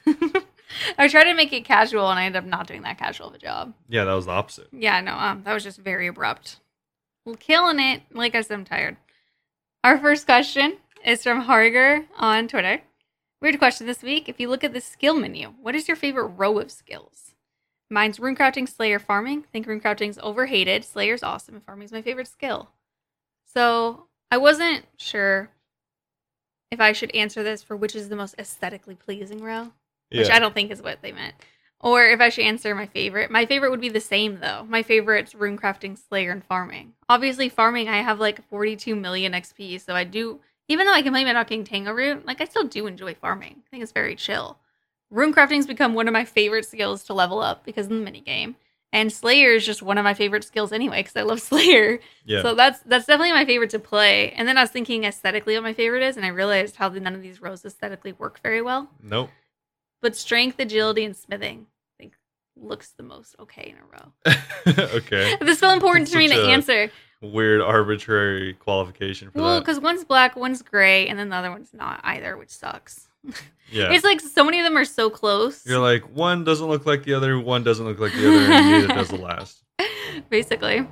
Yeah. I tried to make it casual, and I ended up not doing that casual of a job. Yeah, that was the opposite. Yeah, no, um, that was just very abrupt. Well, killing it. Like I said, I'm tired. Our first question is from Harger on Twitter. Weird question this week. If you look at the skill menu, what is your favorite row of skills? Mine's rune crouching, slayer, farming. think rune crouching's overhated. Slayer's awesome, and farming's my favorite skill. So I wasn't sure if I should answer this for which is the most aesthetically pleasing row which I Yeah, don't think is what they meant. Or if I should answer my favorite, my favorite would be the same though. My favorite's rune crafting, slayer, and farming. Obviously, farming I have like 42 million XP, so I do. Even though I complain about not getting Tango Root, like I still do enjoy farming. I think it's very chill. Rune crafting's become one of my favorite skills to level up because of the minigame. And Slayer is just one of my favorite skills anyway, because I love Slayer. yeah, So that's that's definitely my favorite to play. And then I was thinking aesthetically what my favorite is, and I realized how the, none of these rows aesthetically work very well nope. but strength, agility, and smithing I think looks the most okay in a row. okay, This felt important to me Such to a- answer. weird arbitrary qualification for Well, that. because one's black, one's gray, and then the other one's not either, which sucks. Yeah. It's like so many of them are so close. You're like, one doesn't look like the other, one doesn't look like the other, and neither does the last. Basically.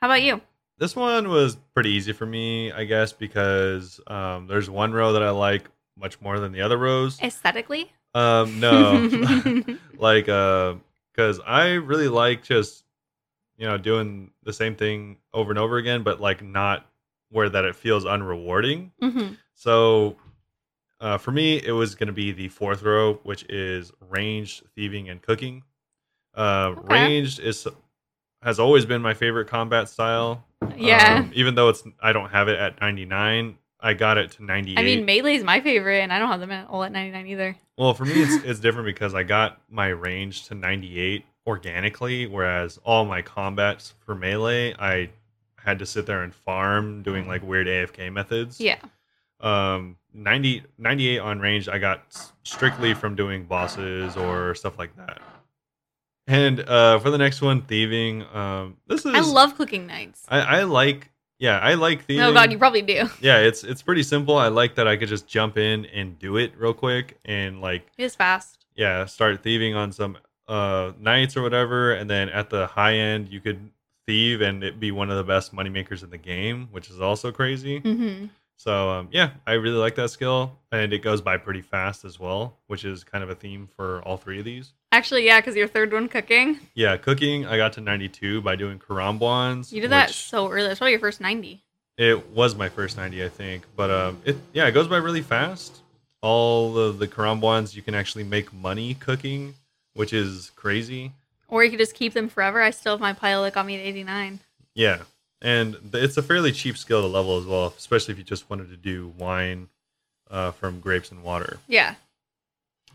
How about you? This one was pretty easy for me, I guess, because um, there's one row that I like much more than the other rows. Aesthetically? Mm-hmm. Um, no, like, because I really like just, you know, doing the same thing over and over again, but like not where that it feels unrewarding. Mhm. So uh, for me, it was going to be the fourth row, which is ranged, thieving, and cooking. Uh, Okay. Ranged is has always been my favorite combat style. Yeah. Um, even though it's I don't have it at 99, I got it to 98. I mean, melee is my favorite, and I don't have them at all at 99 either. well, for me, it's it's different because I got my range to 98 organically, whereas all my combats for melee, I had to sit there and farm doing like weird AFK methods. Yeah. um 90 98 on range i got s- strictly from doing bosses or stuff like that and uh for the next one thieving um this is I love cooking nights. i, I like yeah i like thieving Oh, God, you probably do. yeah it's it's pretty simple i like that i could just jump in and do it real quick and like It is fast. yeah start thieving on some uh knights or whatever and then at the high end you could thieve and it be one of the best money makers in the game which is also crazy hmm so um, yeah, I really like that skill, and it goes by pretty fast as well, which is kind of a theme for all three of these. Actually, yeah, because your third one cooking, Yeah, cooking, I got to 92 by doing karambwans. you did that which- so early. That's probably your first 90. it was my first 90, I think. But um, it yeah, it goes by really fast. All of the karambwans, you can actually make money cooking, which is crazy. Or you could just keep them forever. I still have my pile that got me at 89. Yeah, and th- it's a fairly cheap skill to level as well, especially if you just wanted to do wine uh, from grapes and water. Yeah.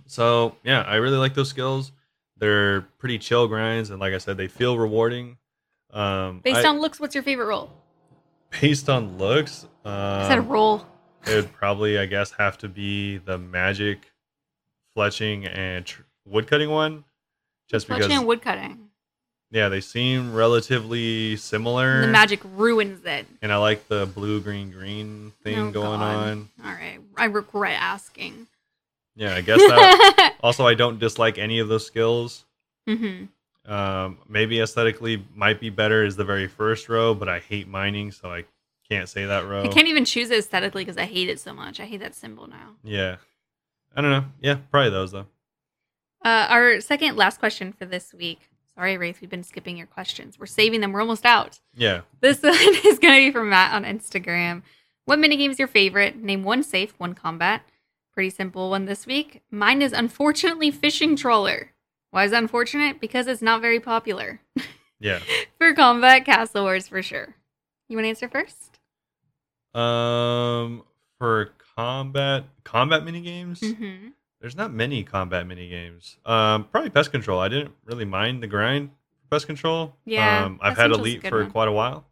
So yeah, I really like those skills. They're pretty chill grinds, and like I said, they feel rewarding. Um, Based I- on looks, what's your favorite role? based on looks, I said um, roll. it would probably I guess have to be the magic, fletching and tr- woodcutting one, just Fletching because and woodcutting. yeah they seem relatively similar. The magic ruins it. and I like the blue green green thing Oh, going God. on. All right. I regret asking. Yeah, I guess that. also, I don't dislike any of those skills. hmm um, maybe aesthetically might be better is the very first row, but I hate mining, so I can't say that row. I can't even choose it aesthetically because I hate it so much. I hate that symbol now. Yeah, I don't know. Yeah, probably those though. Uh, our second last question for this week. Sorry, Wraith, we've been skipping your questions. We're saving them. We're almost out. Yeah, This one is going to be from Matt on Instagram. What minigame is your favorite? Name one safe, one combat. Pretty simple one this week. Mine is unfortunately fishing trawler. Why is that unfortunate? Because it's not very popular. yeah. for combat, Castle Wars for sure. You want to answer first? Um, for combat combat mini games, Mm-hmm. there's not many combat mini games. Um, probably pest control. I didn't really mind the grind. for Pest control. Yeah, um, I've pest had control's a elite good for one. quite a while.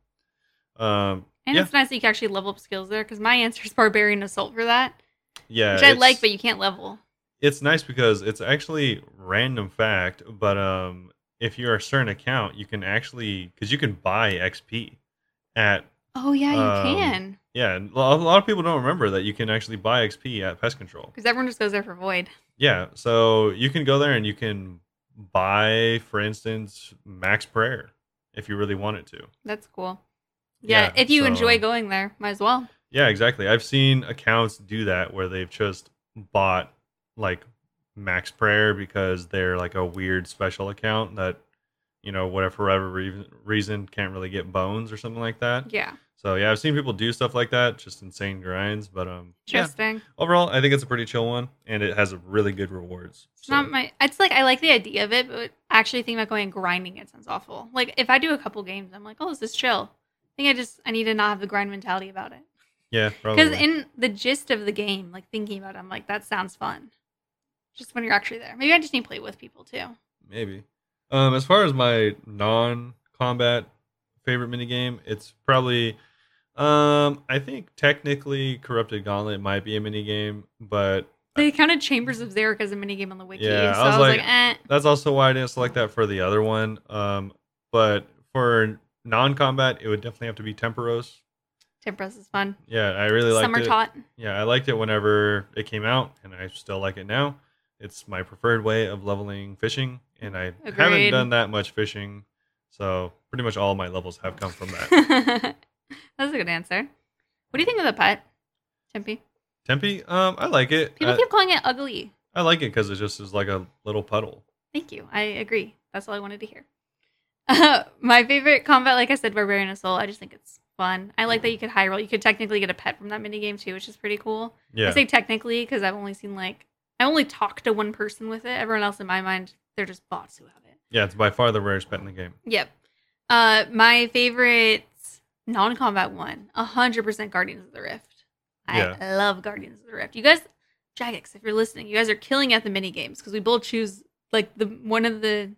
Um, And Yeah. it's nice that you can actually level up skills there because my answer is Barbarian Assault for that, yeah, which I it's- like, but you can't level. it's nice because it's actually random fact, but um, if you're a certain account, you can actually because you can buy XP at Oh, yeah, you Um, can. yeah. and A lo- a lot of people don't remember that you can actually buy XP at Pest Control. Because everyone just goes there for void. Yeah, so you can go there and you can buy, for instance, Max Prayer if you really wanted to. That's cool. Yeah, Yeah, if you so- enjoy going there, might as well. Yeah, exactly. I've seen accounts do that where they've just bought like Max Prayer because they're like a weird special account that you know whatever for whatever re- reason can't really get bones or something like that. Yeah, So yeah, I've seen people do stuff like that, just insane grinds. But um, yeah. interesting. Overall, I think it's a pretty chill one, and it has really good rewards. It's So, not my. It's like I like the idea of it, but actually thinking about going and grinding it sounds awful. Like if I do a couple games, I'm like, oh, this is chill. I think I just I need to not have the grind mentality about it. yeah, Because probably. in the gist of the game, like thinking about it, I'm like, that sounds fun. Just when you're actually there. Maybe I just need to play with people too. Maybe. Um, as far as my non-combat favorite minigame, it's probably, um, I think technically Corrupted Gauntlet might be a minigame, but They counted Chambers of Zerk as a minigame on the wiki. Yeah, so I was I was like, like- eh. that's also why I didn't select that for the other one. Um, but for non-combat, it would definitely have to be Temporos. Temperance is fun. Yeah, I really liked Summer it. taught. Yeah, I liked it whenever it came out, and I still like it now. It's my preferred way of leveling fishing, and I haven't Agreed. done that much fishing, so pretty much all my levels have come from that. That's a good answer. What do you think of the pet, Tempe? Tempe, um, I like it. People I, keep calling it ugly. I like it because it just is like a little puddle. Thank you. I agree. That's all I wanted to hear. Uh, my favorite combat, like I said, Barbarian Assault. I just think it's fun. I like that you could high roll. You could technically get a pet from that minigame too, which is pretty cool. I Yeah, say technically because I've only seen like I only talked to one person with it. Everyone else in my mind, they're just bots who have it. yeah, it's by far the rarest pet in the game. Yep. Uh, my favorite non-combat one, hundred percent Guardians of the Rift. I love Guardians of the Rift. You guys, Jagex, if you're listening, you guys are killing at the mini games because we both choose like the one of the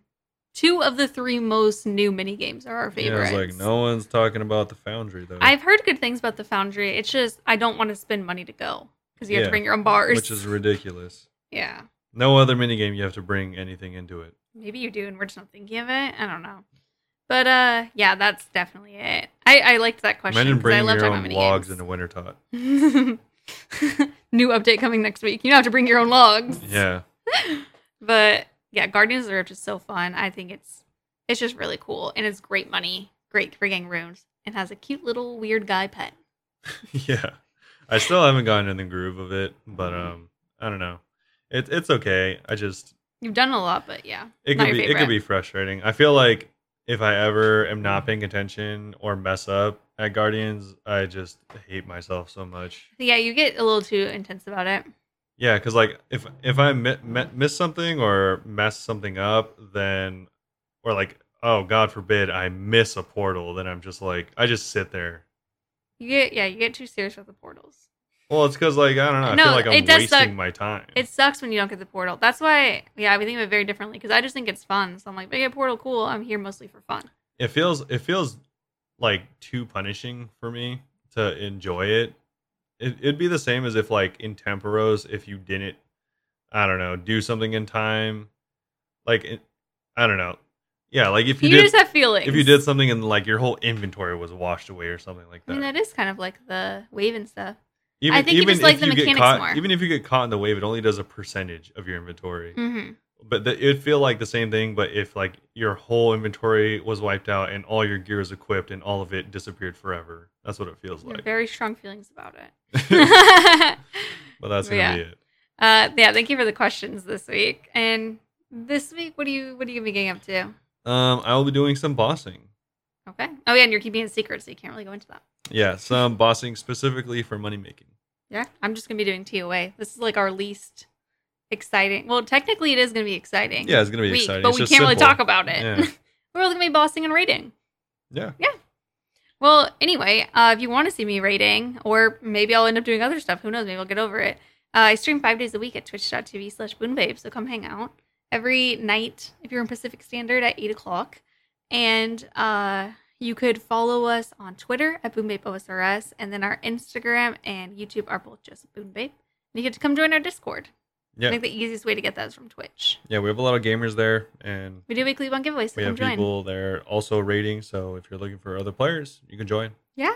two of the three most new mini games are our Yeah, favorites. I was like, no one's talking about the Foundry though, I've heard good things about the Foundry. It's just I don't want to spend money to go because you have Yeah, to bring your own bars. which is ridiculous. yeah. No other minigame you have to bring anything into it. maybe you do and we're just not thinking of it i don't know but uh yeah that's definitely it i i liked that question Imagine 'cause i bringing love your talking own about logs minigames. into Winter Tot. new update coming next week you don't have to bring your own logs Yeah, but yeah guardians of the rift is so fun i think it's it's just really cool and it's great money great for getting runes and has a cute little weird guy pet yeah. I still haven't gotten in the groove of it, but Mm. um, I don't know. It, it's okay. I just you've done a lot but yeah it Not could your be it could favorite. Mm-hmm. be frustrating. I feel like if I ever am not paying attention or mess up at Guardians, I just hate myself so much. yeah you get a little too intense about it Yeah, because like if if I mi- mi- miss something or mess something up, then or like oh God forbid I miss a portal, then I'm just like I just sit there. you get yeah you get too serious with the portals Well, it's because like I don't know. I No, feel like I'm it does wasting suck. my time. It sucks when you don't get the portal. That's why, yeah, we think of it very differently because I just think it's fun. So I'm like, yeah, portal, cool. I'm here mostly for fun. it feels it feels like too punishing for me to enjoy it. it it'd be the same as if like in temporos if you didn't i don't know do something in time like it, i don't know yeah like if you, You, did just have feelings. if you did something and like your whole inventory was washed away or something like I that mean, that is kind of like the wave and stuff. even, think you just like the get mechanics caught, more. even if you get caught in the wave it only does a percentage of your inventory hmm but the, it'd feel like the same thing but if like your whole inventory was wiped out and all your gear is equipped and all of it disappeared forever that's what it feels like Very strong feelings about but it. that's gonna Yeah. be it uh, yeah, thank you for the questions this week. And this week, what do you what are you gonna be getting up to? um i will be doing some bossing Okay. Oh yeah, and you're keeping it secret, so you can't really go into that. yeah some bossing specifically for money making Yeah, I'm just gonna be doing TOA. This is like our least exciting. Well, technically, it is gonna be exciting. yeah it's gonna be week, exciting but It's we can't just really simple. talk about it. Yeah. We're only gonna be bossing and rating. yeah Well, anyway, uh, if you want to see me rating, or maybe I'll end up doing other stuff. Who knows? Maybe I'll get over it. Uh, I stream five days a week at twitch.tv slash boonbabe, so come hang out every night if you're in Pacific Standard at 8 o'clock. And uh, you could follow us on Twitter at boonbabeosrs, and then our Instagram and YouTube are both just boonbabe. And you get to come join our Discord. Yeah. I think the easiest way to get that is from Twitch. yeah we have a lot of gamers there and We do weekly one giveaways, so we come have join. people there also rating so if you're looking for other players you can join Yeah.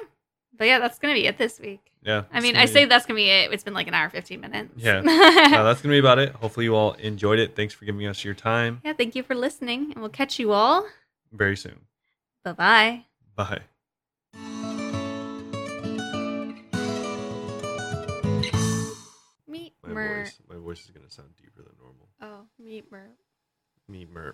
But yeah, that's going to be it this week. yeah I it's mean, gonna I be- say that's going to be it. It's been like an hour, 15 minutes. Yeah. Uh, that's gonna be about it hopefully you all enjoyed it thanks for giving us your time yeah. Thank you for listening, and we'll catch you all. very soon Bye bye. bye Meet My mer. voice, my voice is gonna sound deeper than normal. Oh, meet mer. Me merp.